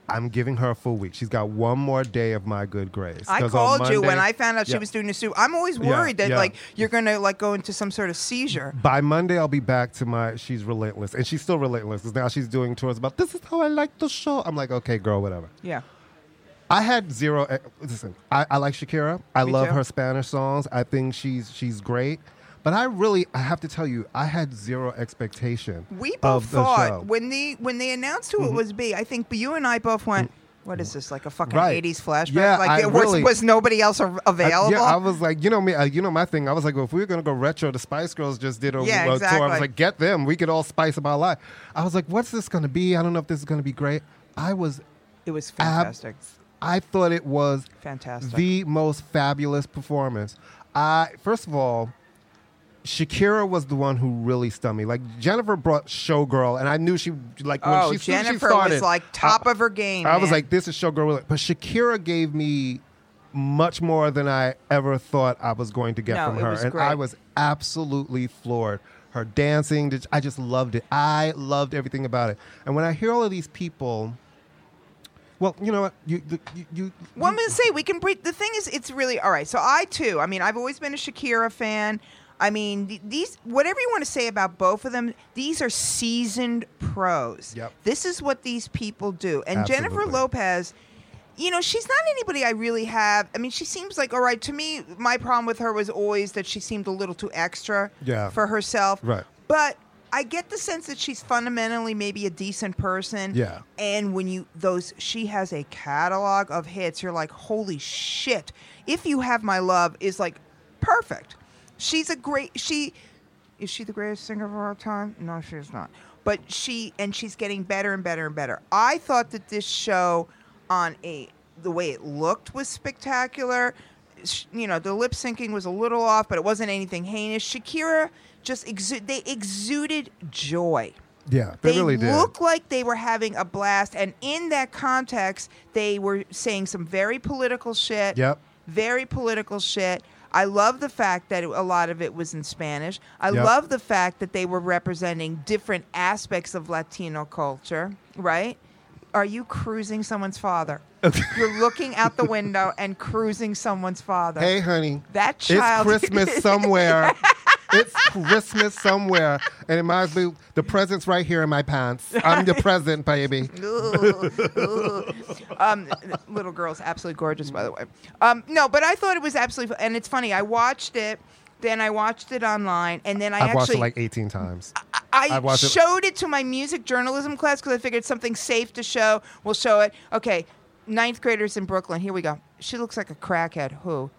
I'm giving her a full week. She's got one more day of my good grace. I 'Cause on called you when Monday- I found out she Yeah. was doing a suit. I'm always Yeah, worried that yeah. like you're gonna like go into some sort of seizure. By Monday, I'll be back to my. She's relentless, and she's still relentless because now she's doing tours about this is how I like the show. I'm like, okay, girl, whatever. Yeah. I had zero. eh, Listen, I, I like Shakira. I Me love too. her Spanish songs. I think she's she's great. But I really, I have to tell you, I had zero expectation. We both of the show. Mm-hmm. thought when the when they announced who it was B, I think you and I both went, What is this? Like a fucking Mm. Right. eighties flashback? Yeah, like I there was really- was nobody else av- I- available? yeah, I was like, you know me, uh, you know my thing. I was like, well, if we were gonna go retro, the Spice Girls just did a, Yeah, a tour. I exactly. was like, get them. We could all spice up our life. I was like, what's this gonna be? I don't know if this is gonna be great. I was it was ab- fantastic. I thought it was Fantastic. the most fabulous performance. I first of all, Shakira was the one who really stunned me. Like Jennifer brought Showgirl, and I knew she like when oh, she, as soon as she Jennifer started, was like top of her game. I was man. like, this is Showgirl. But Shakira gave me much more than I ever thought I was going to get No, from it her. was and great. I was absolutely floored. Her dancing, did- I just loved it. I loved everything about it. And when I hear all of these people, well, you know what? You, the- you, you, Well, I'm gonna say we can break. The thing is, it's really all right. So I too. I mean, I've always been a Shakira fan. I mean, th- these whatever you want to say about both of them, these are seasoned pros. Yep. This is what these people do. And Jennifer Absolutely. Lopez, you know, she's not anybody I really have. I mean, she seems like all right to me. My problem with her was always that she seemed a little too extra Yeah. for herself. Right. But I get the sense that she's fundamentally maybe a decent person. Yeah. And when you those she has a catalog of hits, you're like, holy shit. If you have my love is like perfect. She's a great she is she the greatest singer of our time? No, she's not. But she and she's getting better and better and better. I thought that this show on a the way it looked was spectacular. Sh- You know, the lip syncing was a little off, but it wasn't anything heinous. Shakira just exu- they exuded joy yeah, they, really did. looked like they were having a blast, and in that context, they were saying some very political shit. Yep. Very political shit. I love the fact that a lot of it was in Spanish. I Yep. love the fact that they were representing different aspects of Latino culture. Right? Are you cruising someone's [LAUGHS] father? You're looking out the window and cruising someone's father. Hey, honey. That It's child- [LAUGHS] Christmas somewhere. It's Christmas somewhere, and it might be the present's right here in my pants. [LAUGHS] I'm the present, baby. Ooh, ooh. um, little girl's absolutely gorgeous, by the way. Um, no, but I thought it was absolutely, and it's funny. I watched it, then I watched it online, and then I I've watched actually Uh, it like 18 times. I I've watched it- showed it to my music journalism class because I figured something safe to show. We'll show it. Okay, ninth graders in Brooklyn. Here we go. She looks like a crackhead. Who?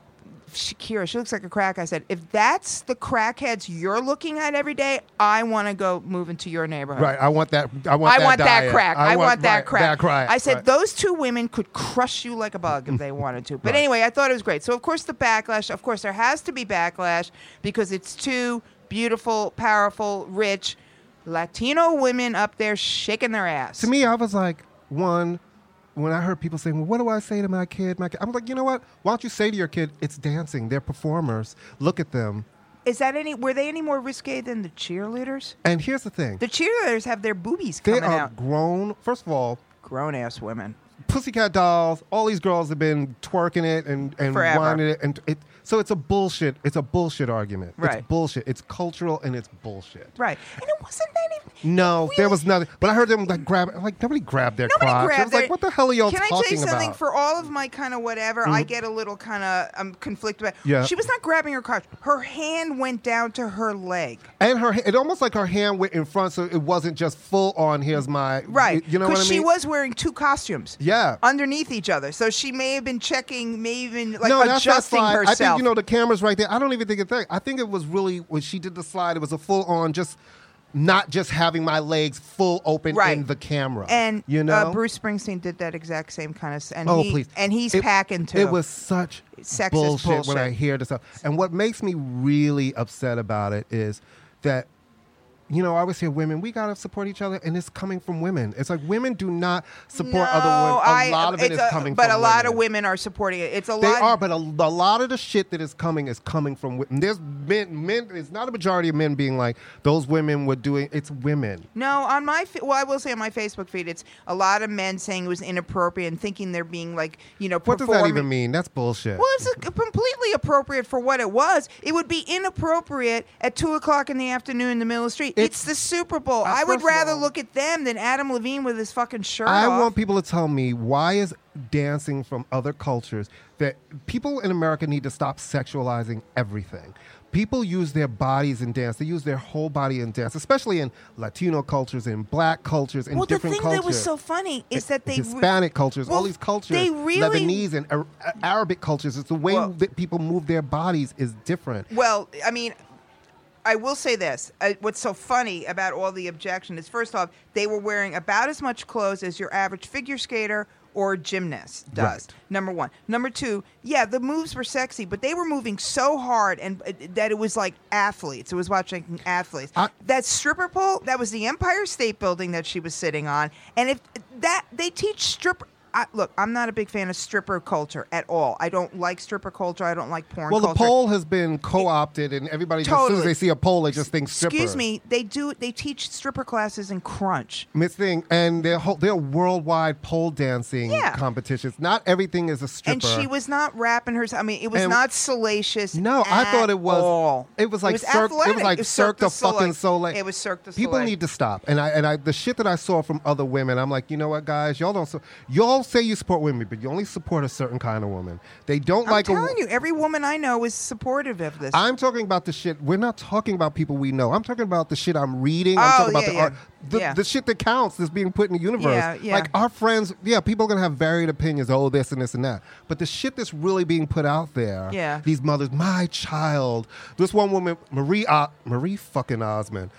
Shakira. She looks like a crack. I said, if that's the crackheads you're looking at every day, I want to go move into your neighborhood. Right. I want that. I want. I that want that diet. crack. I, want, that, right, crack. That crack. I said right. those two women could crush you like a bug if they wanted to. But Right. anyway, I thought it was great. So of course the backlash. Of course there has to be backlash because it's two beautiful, powerful, rich Latino women up there shaking their ass. to me, I was like, one, when I heard people saying, well, what do I say to my kid? My kid? I'm like, you know what? Why don't you say to your kid, it's dancing. They're performers. Look at them. is that any? Were they any more risque than the cheerleaders? And here's the thing. The cheerleaders have their boobies They coming are out. grown. First of all, Grown ass women. Pussycat Dolls, all these girls have been twerking it and, and Forever. whining it. And it, so it's a bullshit. It's a bullshit argument. Right. It's bullshit. It's cultural and it's bullshit. Right. And it wasn't that even. No, there Really? was nothing. But I heard them like grab. I'm Like nobody grabbed their Nobody crotch. I grabbed was like, it. what the hell are y'all Can I talking tell you something? about? Mm-hmm. For all of my kind of whatever, I get a little kind of I'm conflicted. About. Yeah. She was not grabbing her crotch. Her hand went down to her leg. And her, it almost like her hand went in front, so it wasn't just full on. Here's my Right. You know what I mean? she was wearing two costumes. Yeah. Underneath each other, so she may have been checking, may even like no, that's not adjusting slide. herself. I think you know the camera's right there. I don't even think it. I think it was really when she did the slide. It was a full on, just not just having my legs full open Right. in the camera. and you know, uh, Bruce Springsteen did that exact same kind of. And Oh he, please! And he's It- packing too. It was such Sexist bullshit, bullshit. when I hear this stuff. And what makes me really upset about it is that you know I always hear women we gotta support each other, and it's coming from women. It's like women do not support other No, women. A I- lot of it it's is a- coming, but from a lot women. of women are supporting it. It's a They lot. are, but a, a lot of the shit that is coming is coming from women. There's men, men. It's not a majority of men being like those women were doing. It's women. No, on my fe- well, I will say on my Facebook feed, it's a lot of men saying it was inappropriate and thinking they're being like you know. What does that performing- even mean? That's bullshit. Well, it's a- completely appropriate for what it was. It would be inappropriate at two o'clock in the afternoon in the middle of the street. It's, It's- the Super Bowl. Uh, I would first of rather all- look at them than Adam Levine with his fucking shirt I off. want people to tell me why is dancing from other cultures that people in America need to stop sexualizing everything. People use their bodies in dance. They use their whole body in dance, especially in Latino cultures, in Black cultures, in well, the different thing cultures. that was so funny is that they re- Hispanic cultures, Well, all these cultures, they really- Lebanese and Ar- Arabic cultures. It's the way Well- that people move their bodies is different. Well, I mean, I will say this. I, what's so funny about all the objection is, first off, they were wearing about as much clothes as your average figure skater or gymnast does. Right. Number one. Number two, yeah, the moves were sexy, but they were moving so hard and uh, that it was like athletes. It was watching athletes. I- that stripper pole, that was the Empire State Building that she was sitting on, and if that they teach stripper. I, look, I'm not a big fan of stripper culture at all. I don't like stripper culture. I don't like porn Well, the culture. pole has been co-opted, and everybody just, as soon Totally. as they see a pole, they just think stripper. Excuse me, they do. They teach stripper classes in Crunch. Miss Thing, and their whole their worldwide pole dancing Yeah. competitions. Not everything is a stripper. And she was not rapping herself. I mean, it was And- not salacious. No, I at thought it was. all. It was like Cirque. It athletic. was like Cirque du Soleil. fucking Soleil. It was Cirque du People Soleil. need to stop. And I and I the shit that I saw from other women, I'm like, you know what, guys, y'all don't. Su- y'all say you support women, but you only support a certain kind of woman. They don't I'm like. a wo- telling you, every woman I know is supportive of this. I'm talking about the shit. We're not talking about people we know. I'm talking about the shit I'm reading. I'm Oh, talking about yeah, the yeah. art. The, Yeah. the shit that counts that's being put in the universe. Yeah, yeah. Like our friends, yeah, people are going to have varied opinions. Oh, this and this and that. But the shit that's really being put out there, Yeah. these mothers, my child. This one woman, Marie, uh, Marie fucking Osmond.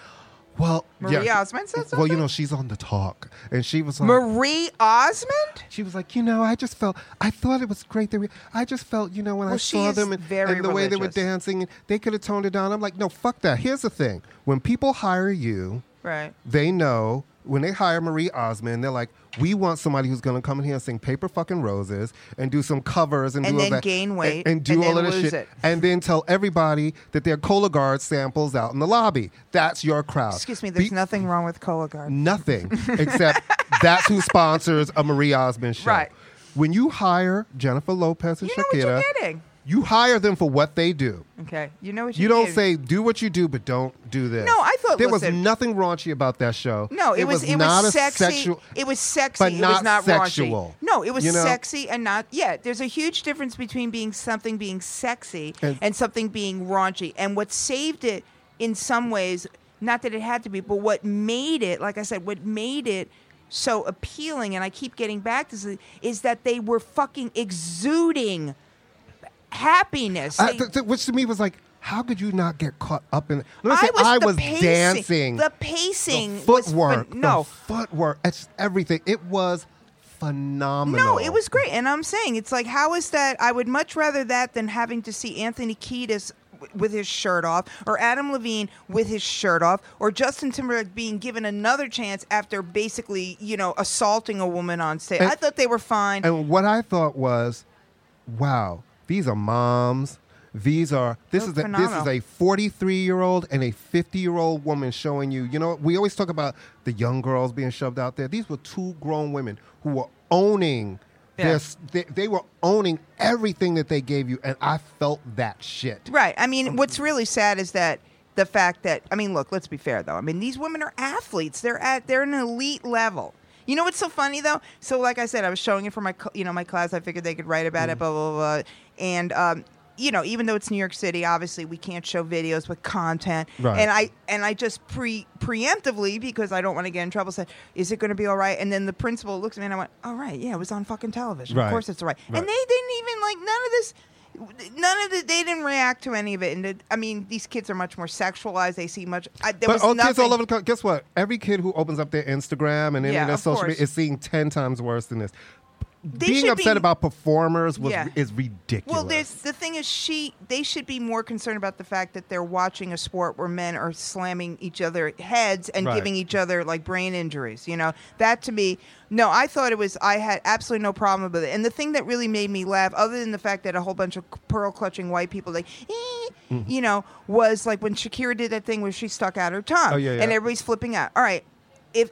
Well, Marie yeah, Osmond said Well, you something? know, she's on the talk. And she was like, Marie Osmond. she was like, you know, I just felt, I thought it was great. That we, I just felt, you know, when I Well, she saw is them and, very and the way they were religious. dancing, they could have toned it down. I'm like, no, fuck that. Here's the thing: when people hire you, Right. they know when they hire Marie Osmond, they're like, we want somebody who's going to come in here and sing "Paper Fucking Roses" and do some covers and, And do all then that, gain and- weight, and, do and all then of this lose shit, it. and then tell everybody that their Cologuard samples out in the lobby. That's your crowd. Excuse me. There's Be- nothing wrong with Cologuard. nothing except that's who sponsors a Marie Osmond show. Right. When you hire Jennifer Lopez and You know what Shakira, you're getting. You hire them for what they do. Okay, you know what you You don't did. say do what you do, but don't do this. No, I thought, there listen- was nothing raunchy about that show. No, it, was, it not was a sexy. sexual. it was sexy. but it was not not sexual. Raunchy. No, it was You know? sexy and not. Yeah, there's a huge difference between being something being sexy and, And- something being raunchy. And what saved it in some ways, not that it had to be, but what made it, like I said, what made it so appealing, and I keep getting back to this, is that they were fucking exuding happiness. They- I- Uh, th- th- which to me was like, how could you not get caught up in? Let me say, I the was pacing- dancing. The pacing, the was phen- footwork, no, the footwork, it's everything. It was phenomenal. No, it was great, and I'm saying it's like, how is that? I would much rather that than having to see Anthony Kiedis w- with his shirt off, or Adam Levine with his shirt off, or Justin Timberlake being given another chance after basically, you know, assaulting a woman on stage. And- I thought they were fine. And what I thought was, wow, these are moms. These are They're this is a, this phenomenal. is a 43 year old and a 50 year old woman showing you. You know, we always talk about the young girls being shoved out there. These were two grown women who were owning Yeah. this. They, they were owning everything that they gave you, and I felt that shit. Right. I Um, mean, what's really sad is that the fact that I mean, look, let's be fair though. I mean, these women are athletes. They're at they're an elite level. You know what's so funny though? So like I said, I was showing it for my cl- you know my class. I figured they could write Mm. about it, blah blah blah, blah. and. Um, you know, even though it's New York City, obviously we can't show videos with content. Right. And I and I just pre preemptively because I don't want to get in trouble said, "Is it going to be all right?" And then the principal looks at me and I went, "All right, yeah, it was on fucking television. Of Right. course it's all right." Right. And they didn't even like none of this none of the they didn't react to any of it and it, i mean these kids are much more sexualized they see much I, there But was all nothing kids all over the country, guess what? Every kid who opens up their Instagram and any Yeah, of their of social course. media is seeing ten times worse than this. They Being should upset be- about performers was, Yeah. is ridiculous. well there's the thing is she they should be more concerned about the fact that they're watching a sport where men are slamming each other heads and Right. giving each other like brain injuries you know that to me no i thought it was i had absolutely no problem with it and the thing that really made me laugh other than the fact that a whole bunch of pearl clutching white people like "Eh," Mm-hmm. you know was like when shakira did that thing where she stuck out her tongue Oh, yeah, and yeah. everybody's flipping out all right if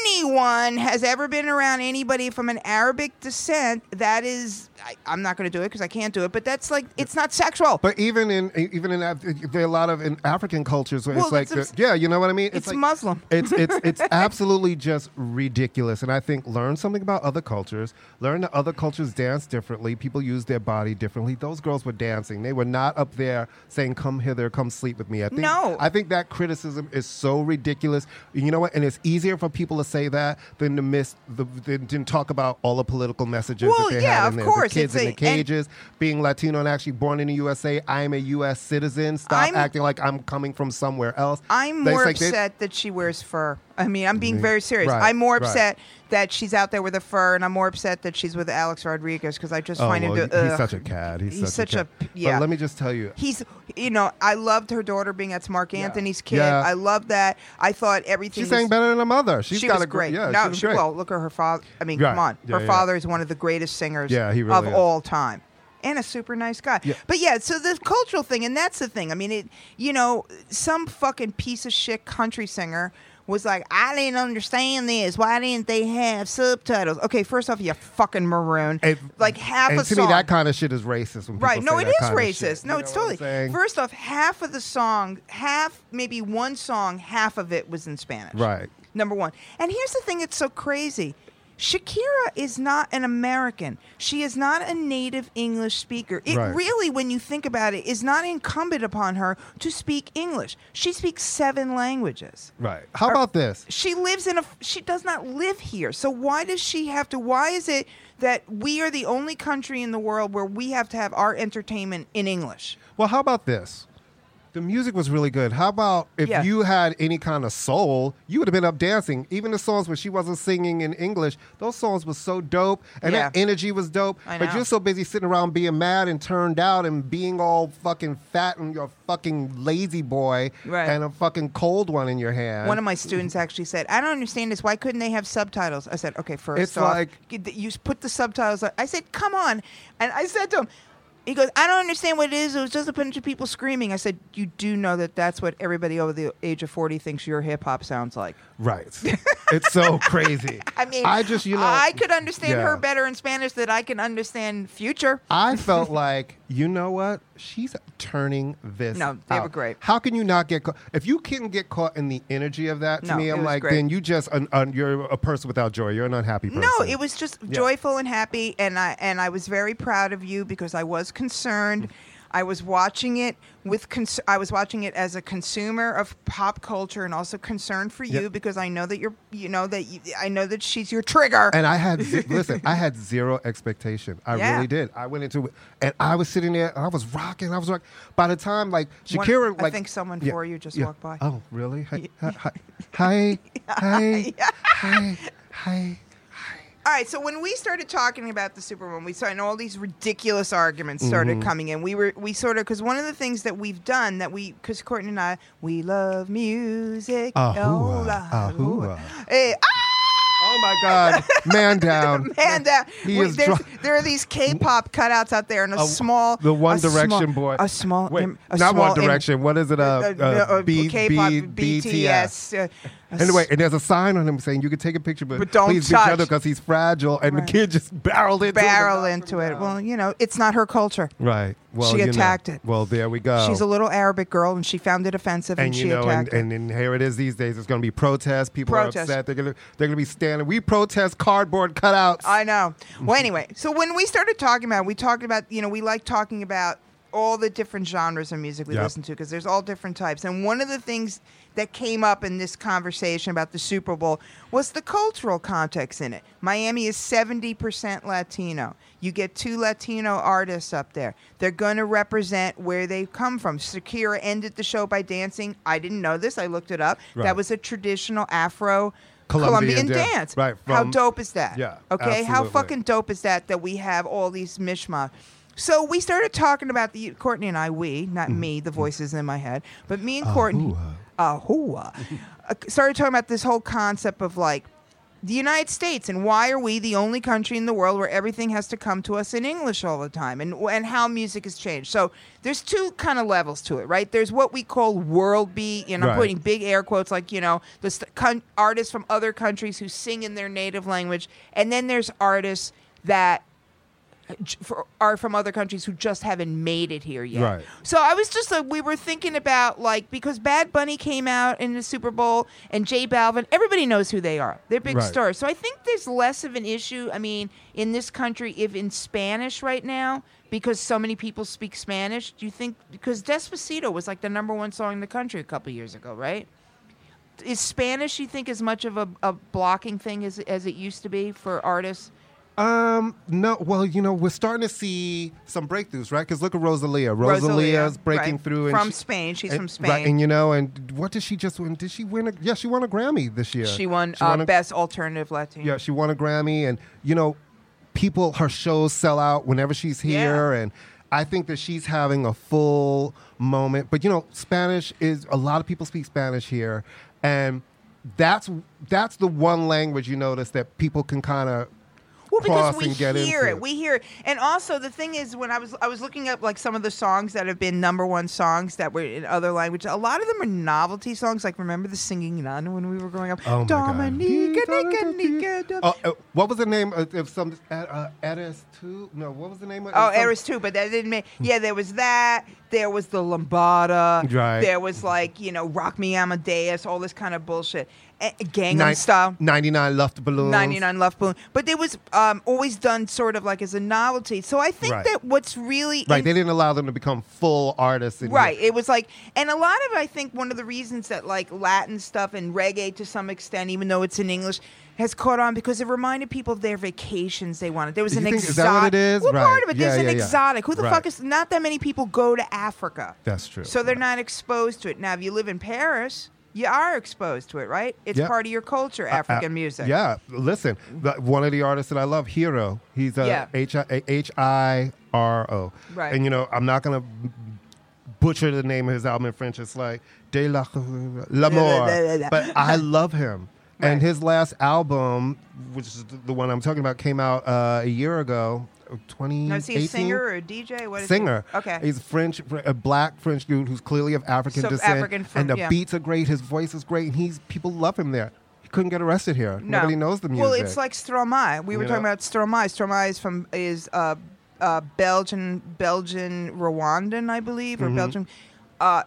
anyone has ever been around anybody from an Arabic descent, that is, I, I'm not going to do it because I can't do it. But that's like, it's not sexual. But even in even in Af- there are a lot of in African cultures where Well, it's like it's- the- yeah, you know what I mean. it's like- Muslim. [LAUGHS] It's it's [LAUGHS] it's absolutely just ridiculous. And I think learn something about other cultures. Learn that other cultures dance differently. People use their body differently. Those girls were dancing. They were not up there saying, "Come hither, come sleep with me." I think No. I think that criticism is so ridiculous. You know what? And it's easier for people to say that than to miss the than, than talk about all the political messages Well, that they yeah, had in of there. course. The It's kids in a- the and- cages is being Latino and actually born in the USA. I am a U.S. citizen. Stop I'm- acting like I'm coming from somewhere else. I'm They- more it's like they- Mm-hmm. upset that she wears fur. I mean, I'm being very serious. Right, I'm more right. upset that she's out there with a fur, and I'm more upset that she's with Alex Rodriguez because I just oh, find well, him. he's To, such a cad. He's, He's such a cad. p- yeah. But let me just tell you, He's, you know, I loved her daughter being that's Mark Anthony's kid. Yeah. I loved that. I thought everything. was- she sang better than her mother. She's she got was a gr- great. Yeah, no, she was great. well, look at her father. I mean, Right. come on, Yeah, her yeah. father is one of the greatest singers Yeah, he of really is. all time, and a super nice guy. But yeah, so the cultural thing, and that's the thing. I mean, it you know, some fucking piece of shit country singer was like, I didn't understand this. Why didn't they have subtitles? Okay, first off, you fucking maroon. And- like half and a to song. me, that kind of shit is racist. When people Right. No, say it that is kind of shit. racist. No, You it's know what totally. I'm saying? First off, half of the song, half, maybe one song, half of it was in Spanish. Right. Number one. And here's the thing that's so crazy Shakira is not an American, she is not a native English speaker. It Right. really, when you think about it, is not incumbent upon her to speak English. She speaks seven languages Right. How about this? she lives in a she does not live here so why does she have to why is it that we are the only country in the world where we have to have our entertainment in english Well, how about this? The music was really good. How about if Yeah. you had any kind of soul, you would have been up dancing. Even the songs where she wasn't singing in English, those songs were so dope, and that Yeah. energy was dope. I But know. you're so busy sitting around being mad and turned out and being all fucking fat and your fucking lazy boy Right. and a fucking cold one in your hand. one of my students actually said i don't understand this why couldn't they have subtitles i said okay first It's off, like- you you put the subtitles on. i said come on and i said to him he goes i don't understand what it is it was just a bunch of people screaming i said you do know that that's what everybody over the age of 40 thinks your hip-hop sounds like right. [LAUGHS] it's so crazy. I mean, I just you know I could understand yeah. her better in Spanish than I can understand future. I felt like you know what? She's turning this. No, they were out. great. How can you not get caught? If you couldn't get caught in the energy of that, to No, me, it I'm was like, great. then you just an, un you're a person without joy. You're an unhappy person. No, it was just joyful and happy, and I and I was very proud of you because I was concerned. I was watching it with cons- I was watching it as a consumer of pop culture and also concerned for you Yep. because I know that you're you know that you, I know that she's your trigger. And I had [LAUGHS] ze- listen, I had zero expectation. I Yeah. really did. I went into it, and I was sitting there, and I was rocking. I was rocking. By the time, like One- Shakira, I like think someone Yeah, for you just yeah. walked by. Oh, really? [LAUGHS] Hi, hi, hi, hi, hi, hi. All right, so when we started talking about the Superwoman, we saw and all these ridiculous arguments started Mm-hmm. coming in. We were we sort of because one of the things that we've done that we because Courtney and I we love music. Ahua, la, ahua. Eh, ah, Oh my God, [LAUGHS] man down. and uh, He we- is there's- dry- there are these K-pop cutouts out there, and a A- small the One a small- Direction boy. a small Wait, im- a not small One im- Direction. what is it? Uh, uh, uh, uh, B- K-pop B- BTS. uh, a s- Anyway, and there's a sign on him saying you can take a picture, but, But don't please touch." be gentle because he's fragile. And Right. the kid just barreled into barrel him. into it. Well, you know, it's not her culture. Right. Well, She you know. attacked it. Well, there we go. She's a little Arabic girl, and she found it offensive, and, and you she know, attacked. and, it. and, and here it is these days. It's going to be protests. People Protests. are upset. They're going to they're going to be standing. We protest cardboard cutouts. I know. Well, anyway, so when we started talking about, it, we talked about, you know, we like talking about all the different genres of music we Yep. listen to because there's all different types. And one of the things that came up in this conversation about the Super Bowl was the cultural context in it. Miami is 70% Latino. You get two Latino artists up there. They're going to represent where they've come from. Shakira ended the show by dancing. I didn't know this. I looked it up. That Right. was a traditional Afro Colombian, Colombian dance. dance. Right, How from- dope is that? Yeah, Okay. How absolutely. fucking dope is that that we have all these mishmash? So we started talking about the Courtney and I. We, not Mm-hmm. me, the voices in my head, but me and Courtney. Ahua. uh, started talking about this whole concept of like the United States and why are we the only country in the world where everything has to come to us in English all the time and and how music has changed. So there's two kind of levels to it, right? There's what we call world beat, and I'm Right. putting big air quotes like you know the st- con- artists from other countries who sing in their native language, and then there's artists that j- for, are from other countries who just haven't made it here yet. Right. So I was just like, we were thinking about like because Bad Bunny came out in the Super Bowl and J Balvin, everybody knows who they are. They're big Right. stars. So I think there's less of an issue. I mean, in this country, if in Spanish right now, because so many people speak Spanish, do you think because Despacito was like the number one song in the country a couple years ago, right? Is Spanish you think as much of a, a blocking thing as as it used to be for artists? Um, no, well, you know, we're starting to see some breakthrougs, right? Because look at Rosalia. Rosalia, Rosalia's breaking right. through. And From Spain. She's and- from Right, Spain. and you know, and what did she just win? Did she win a, yeah, she won a Grammy this year. She won, uh, a- best alternative Latino. Yeah, she won a Grammy, and you know, people her shows sell out whenever she's Yeah. here, and I think that she's having a full moment. But you know, Spanish is a lot of people speak Spanish here, and that's that's the one language you notice that people can kind of Well, cross because we and get hear into. it, we hear it, and also the thing is, when I was I was looking up like some of the songs that have been number one songs that were in other languages. A lot of them are novelty songs. Like remember the singing nun when we were growing up. Oh my Dominica, God. Nica, Nica, Dom- Uh, uh, what was the name of, of some uh, uh, Eris two? No, what was the name of? Oh, some- Eris too, but that didn't make. Hmm. Yeah, there was that. There was the Lambada. Right. There was like you know, Rock Me Amadeus, all this kind of bullshit, A- Gangnam Nin- Style. Ninety nine left balloons. 99 Love Balloon. But it was um, always done sort of like as a novelty. So I think Right. that what's really Right, in- they didn't allow them to become full artists. in- Right. It was like, and a lot of, I think, one of the reasons that like Latin stuff and reggae to some extent, even though it's in English, has caught on because it reminded people of their vacations they wanted. There was You an think- exotic. is that what it is? Well, part Right. of it. Yeah, There's an yeah, yeah. exotic. Who the Right. fuck is, not that many people go to Africa. That's true. So they're Right. not exposed to it. Now, if you live in Paris, you are exposed to it, right? It's Yeah. part of your culture, African Uh, music. Yeah, listen, the, one of the artists that I love, Hero. He's Yeah. a H I H I R O. Right. And you know, I'm not gonna butcher the name of his album in French. It's like De La L'amour, but [LAUGHS] I love him. Right. And his last album, which is the one I'm talking about, came out uh, a year ago, 2018. Now, is he a singer or a DJ? What is he? singer. Okay. He's French, a black French dude who's clearly of African So descent. African Fr- and the yeah. beats are great. His voice is great, and he's people love him there. He couldn't get arrested here. Nobody knows the music. Well, it's like Stromae. We were You talking know? about Stromae. Stromae is from is uh, uh, Belgian, Belgian, Rwandan, I believe, Mm-hmm. or Belgium. Uh,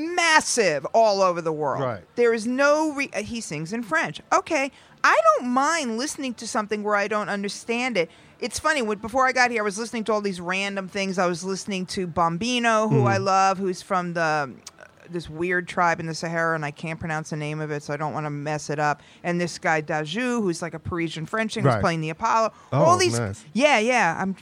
massive all over the world. Right. There is no. Re- uh, he sings in French. Okay, I don't mind listening to something where I don't understand it. It's funny. When, before I got here, I was listening to all these random things. I was listening to Bombino, who Mm. I love, who's from the uh, this weird tribe in the Sahara, and I can't pronounce the name of it, so I don't want to mess it up. And this guy Daju, who's like a Parisian French, and Right. who's playing the Apollo. Oh, all these, nice. yeah, yeah. I'm,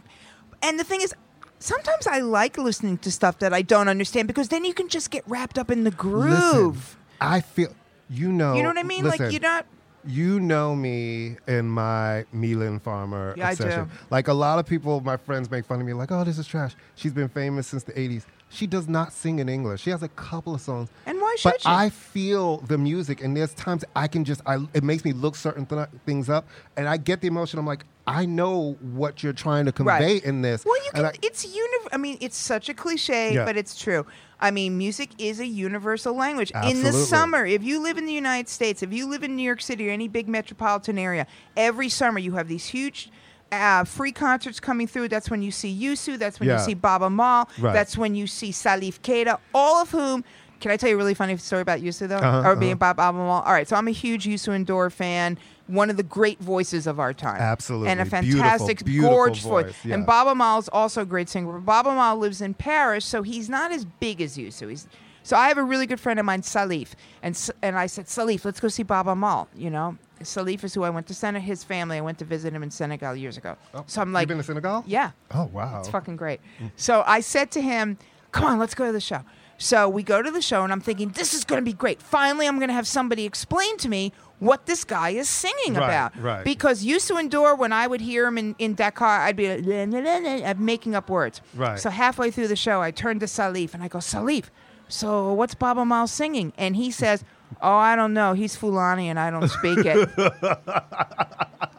and the thing is, sometimes I like listening to stuff that I don't understand because then you can just get wrapped up in the groove. I feel you know. you know what I mean? listen, like you're not. You know me and my Milan Farmer Yeah, I obsession. do. Like a lot of people, my friends make fun of me, like, "Oh, this is trash." She's been famous since the '80s. She does not sing in English. She has a couple of songs. And why But should you? I feel the music, and there's times I can just, I, it makes me look certain th- things up, and I get the emotion. I'm like, I know what you're trying to convey Right. in this. Well, you can. And I- it's univ- I mean, it's such a cliche, Yeah. but it's true. I mean, music is a universal language. In the Absolutely. summer, if you live in the United States, if you live in New York City or any big metropolitan area, every summer you have these huge. Uh, free concerts coming through. That's when you see Yusu. That's when Yeah. you see Baba Mal. Right. That's when you see Salif Keita. All of whom. Can I tell you a really funny story about Yusu though, Uh-huh, or being Bob Baba Mal? All right, so I'm a huge Yusu Endor fan. One of the great voices of our time. Absolutely. And a Beautiful, fantastic, beautiful gorgeous voice. voice, yeah. And Baba Mal is also a great singer. But Baba Mal lives in Paris, so he's not as big as you. So he's. So I have a really good friend of mine, Salif, and S- and I said, Salif, let's go see Baba Mal. You know, Salif is who I went to Senegal. His family, I went to visit him in Senegal years ago. so I'm you like, Oh, been to Senegal? yeah. Oh wow. It's fucking great. So I said to him, "Come on, let's go to the show." So we go to the show, and I'm thinking, "This is going to be great. Finally, I'm going to have somebody explain to me what this guy is singing Right, about." right. Because Yusu Endor, when I would hear him in, in Dakar, I'd be like, "La, la, la, la," I'm making up words. Right. So halfway through the show, I turned to Salif and I go, "Salif, so what's Baba Mal singing?" And he says, "Oh, I don't know. He's Fulani, and I don't speak it."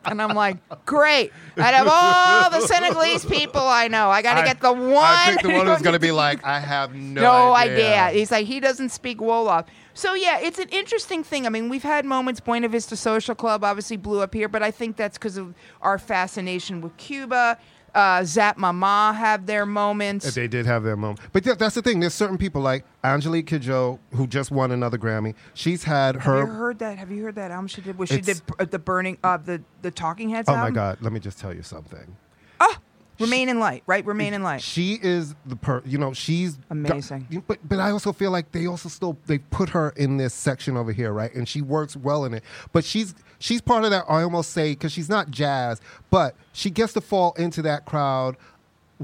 And I'm like, great. Out of all the Senegalese people I know, I got to get the one. I think the one who's going [LAUGHS] to be like, I have no, no idea. He's like, he doesn't speak Wolof. So, yeah, it's an interesting thing. I mean, we've had moments. Buena Vista Social Club obviously blew up here, but I think that's because of our fascination with Cuba. Uh, Zap Mama have their moments. They did have their moment. But th- that's the thing. There's certain people like Angelique Kidjo, who just won another Grammy. She's had Have her. you heard that? Have you heard that album she did? Where she It's- did uh, the burning of the the Talking Heads oh album? my God. Let me just tell you something. Remain in Light, right? Remain in Light. She is the per. You know, she's got- Amazing. you- but but I also feel like they also still they put her in this section over here, right? And she works well in it. But she's she's part of that. I almost say because she's not jazz, but she gets to fall into that crowd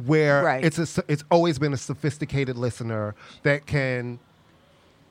where Right. it's a s- it's always been a sophisticated listener that can.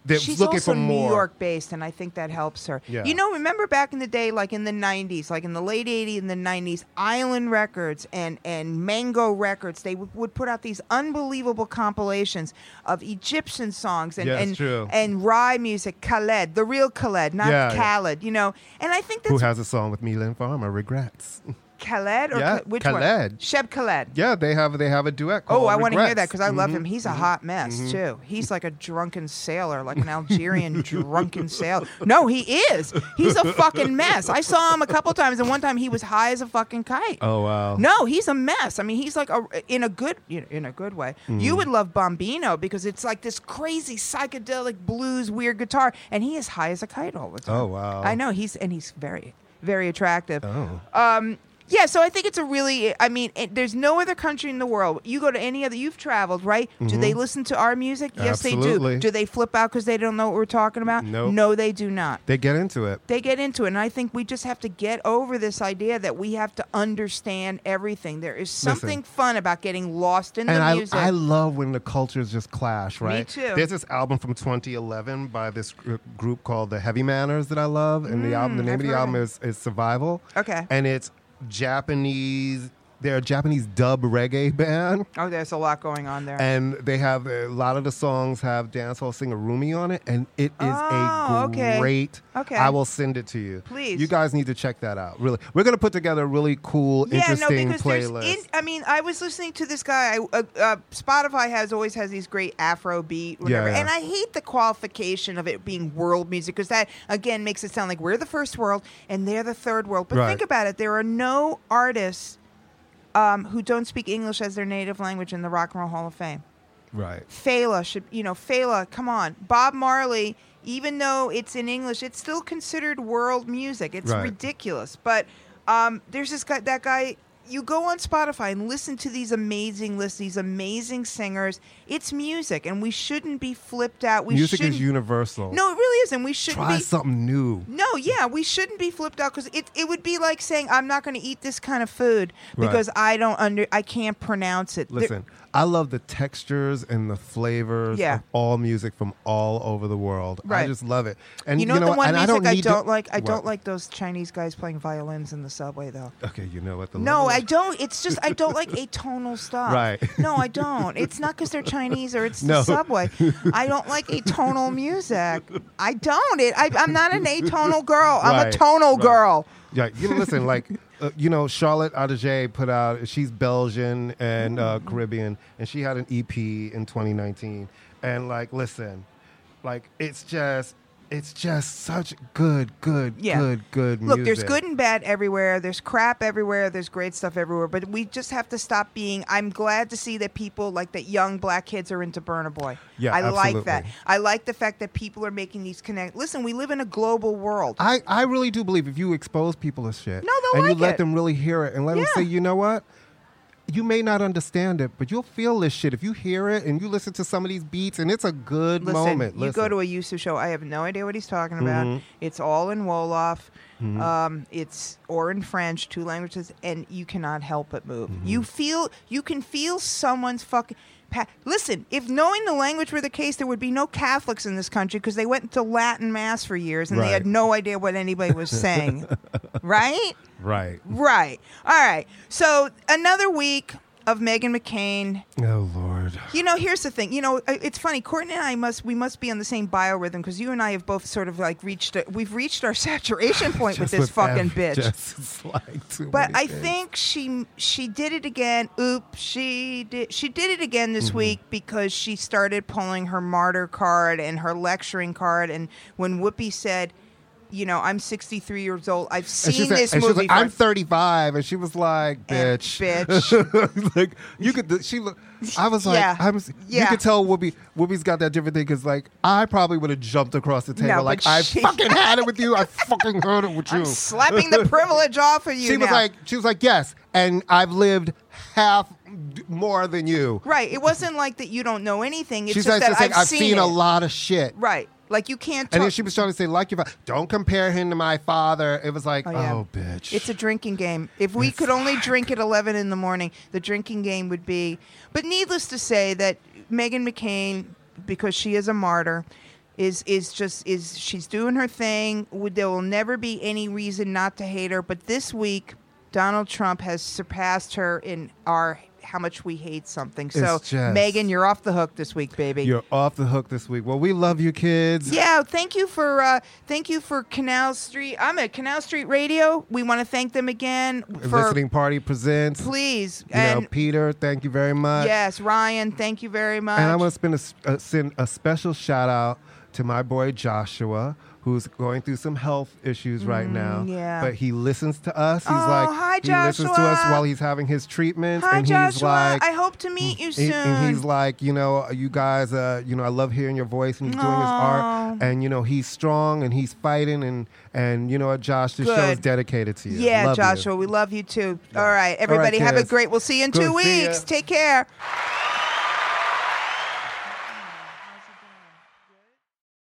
That's She's looking also for more. New York based, and I think that helps her. Yeah. You know, remember back in the day, like in the '90s, like in the late '80s and the '90s, Island Records and and Mango Records, they would would put out these unbelievable compilations of Egyptian songs and Yes, and, true. and Rye music, Khaled, the real Khaled, not Yeah, yeah. Khaled. You know, and I think who that's has a song with Milan Farmer, Regrets. [LAUGHS] Khaled or Yeah, Kh- which one? Khaled. Sheb Khaled. Yeah, they have they have a duet. Called Oh, I want to hear Regrets. Mm-hmm. that because I love him. He's a hot mess too. He's like a drunken sailor, like an [LAUGHS] Algerian drunken sailor. No, he is. He's a fucking mess. I saw him a couple times, and one time he was high as a fucking kite. Oh wow. No, he's a mess. I mean, he's like a in a good you know, in a good way. Mm-hmm. You would love Bombino because it's like this crazy psychedelic blues weird guitar, and he is high as a kite all the time. Oh, wow. I know he's and he's very very attractive. Oh. Um, yeah, so I think it's a really. I mean, it, there's no other country in the world. You go to any other. You've traveled, right? Do they listen to our music? Yes, they Mm-hmm. Absolutely. do. Do they flip out because they don't know what we're talking about? Nope. No, they do not They get into it. they get into it and i think we just have to get over this idea that we have to understand everything there is something fun about getting lost in And the I, music I love when the cultures just clash, right? too. There's this album from 2011 by this gr- group called the Heavy Manners that I love, and the album, the name Mm, I've of the heard album it. is, is Survival. Okay. And it's Japanese. They're a Japanese dub reggae [LAUGHS] band. oh there's a lot going on there and they have a lot of the songs have dancehall singer Rumi on it, and it is Oh, a okay. great. Okay. I will send it to you. Please. you guys need to check that out. Really, we're gonna put together a really cool, yeah, no, interesting because playlist. there's. In, I mean, I was listening to this guy. I, uh, uh, Spotify has always has these great Afro beat, whatever. yeah. And I hate the qualification of it being world music because that again makes it sound like we're the first world and they're the third world. But Right. think about it: there are no artists um, who don't speak English as their native language in the Rock and Roll Hall of Fame. Right. Fela should, you know, Fela, come on. Bob Marley, even though it's in English, it's still considered world music. It's Right. ridiculous. But um, there's this guy, that guy, you go on Spotify and listen to these amazing lists, these amazing singers. It's music, and we shouldn't be flipped out. We Music shouldn't, is universal. No, it really isn't. We shouldn't Try be. something new. No, yeah, we shouldn't be flipped out because it, it would be like saying I'm not going to eat this kind of food because I don't under I can't pronounce it. There- Listen, I love the textures and the flavors Yeah. of all music from all over the world. I Right. just love it. And you know the one music and I don't, need to- like. I don't What? like those Chinese guys playing violins in the subway though. Okay, you know what the No, level I is. don't. It's just I don't [LAUGHS] like atonal stuff. Right. No, I don't. It's not because they're Chinese or it's No. the subway. I don't [LAUGHS] like atonal music. I don't. It. I, I'm not an atonal girl. I'm Right, a tonal right. girl. Yeah, you know, [LAUGHS] listen, like uh, you know, Charlotte Adage put out. She's Belgian and uh, Caribbean, and she had an EP in 2019. And like, listen, like it's just, it's just such good, good, Yeah. good, good music. Look, there's good and bad everywhere. There's crap everywhere. There's great stuff everywhere. But we just have to stop being. I'm glad to see that people like that young black kids are into Burna Boy. Yeah, I like that. absolutely. I like the fact that people are making these connect. Listen, we live in a global world. I, I really do believe if you expose people to shit No, they'll and you like let it. them really hear it and let them Yeah. say, you know what? You may not understand it, but you'll feel this shit if you hear it and you listen to some of these beats, and it's a good Listen, moment. you listen. Mm-hmm. go to a Yusu show. I have no idea what he's talking about. It's all in Wolof. Um, it's or in French, two languages, and you cannot help but move. Mm-hmm. You feel you can feel someone's fucking. Pa- Listen, if knowing the language were the case, there would be no Catholics in this country because they went to Latin mass for years and they had Right. no idea what anybody [LAUGHS] was saying, right? right. Right. All right. So another week of Megan McCain. Oh Lord. You know, here's the thing. You know, I- it's funny. Courtney and I must we must be on the same biorhythm because you and I have both sort of like reached a, we've reached our [LAUGHS] saturation point with Just this fucking every- bitch. just, it's like too but many I things. think she she did it again. Oop, she did she did it again this Mm-hmm. week because she started pulling her martyr card and her lecturing card. And when Whoopi said, "You know, I'm 63 years old. I've And she seen said- this and she was movie." like, I'm for- 35, and she was like, and "Bitch, [LAUGHS] bitch." like you could she look I was like Yeah. I'm you Yeah. could tell Whoopi Whoopi's got that different thing because like I probably would have jumped across the table No, like but I she- fucking had it with [LAUGHS] you I fucking heard it with you I'm slapping the privilege off of you. she was now. like she was like yes and I've lived half d- more than you Right. It wasn't like that you don't know anything. It's she's just like that just I've, like I've seen, seen it. a lot of shit Right. Like you can't and talk. then she was trying to say like your fa- don't compare him to my father it was like oh, Oh, yeah. bitch it's a drinking game. If we could only drink at 11 in the morning, the drinking game would be. But needless to say that Megan McCain, because she is a martyr, is is just is she's doing her thing. Would- There will never be any reason not to hate her. But this week, Donald Trump has surpassed her in our how much we hate something. So just- Megan, you're off the hook this week, baby. you're off the hook this week well we love you kids Yeah, thank you for uh, thank you for Canal Street. I'm at Canal Street Radio. We want to thank them again for listening party presents please You and know, Peter, thank you very much. yes, Ryan, thank you very much. And I want to spend a s uh, send a special shout out to my boy Joshua, who's going through some health issues right now. Mm, yeah. But he listens to us. He's Oh, like, hi, he listens to us Joshua. while he's having his treatments. Hi and he's Joshua, like, I hope to meet you soon. he- and he's like, you know, you guys, uh, you know, I love hearing your voice, and he's doing his art, Aw. and you know, he's strong and he's fighting, and and you know what, Josh, this show is Good. dedicated to you. yeah, Love you. Joshua, we love you too. All right, everybody, have a kids. great. We'll see you in Good, two see ya. weeks. Take care.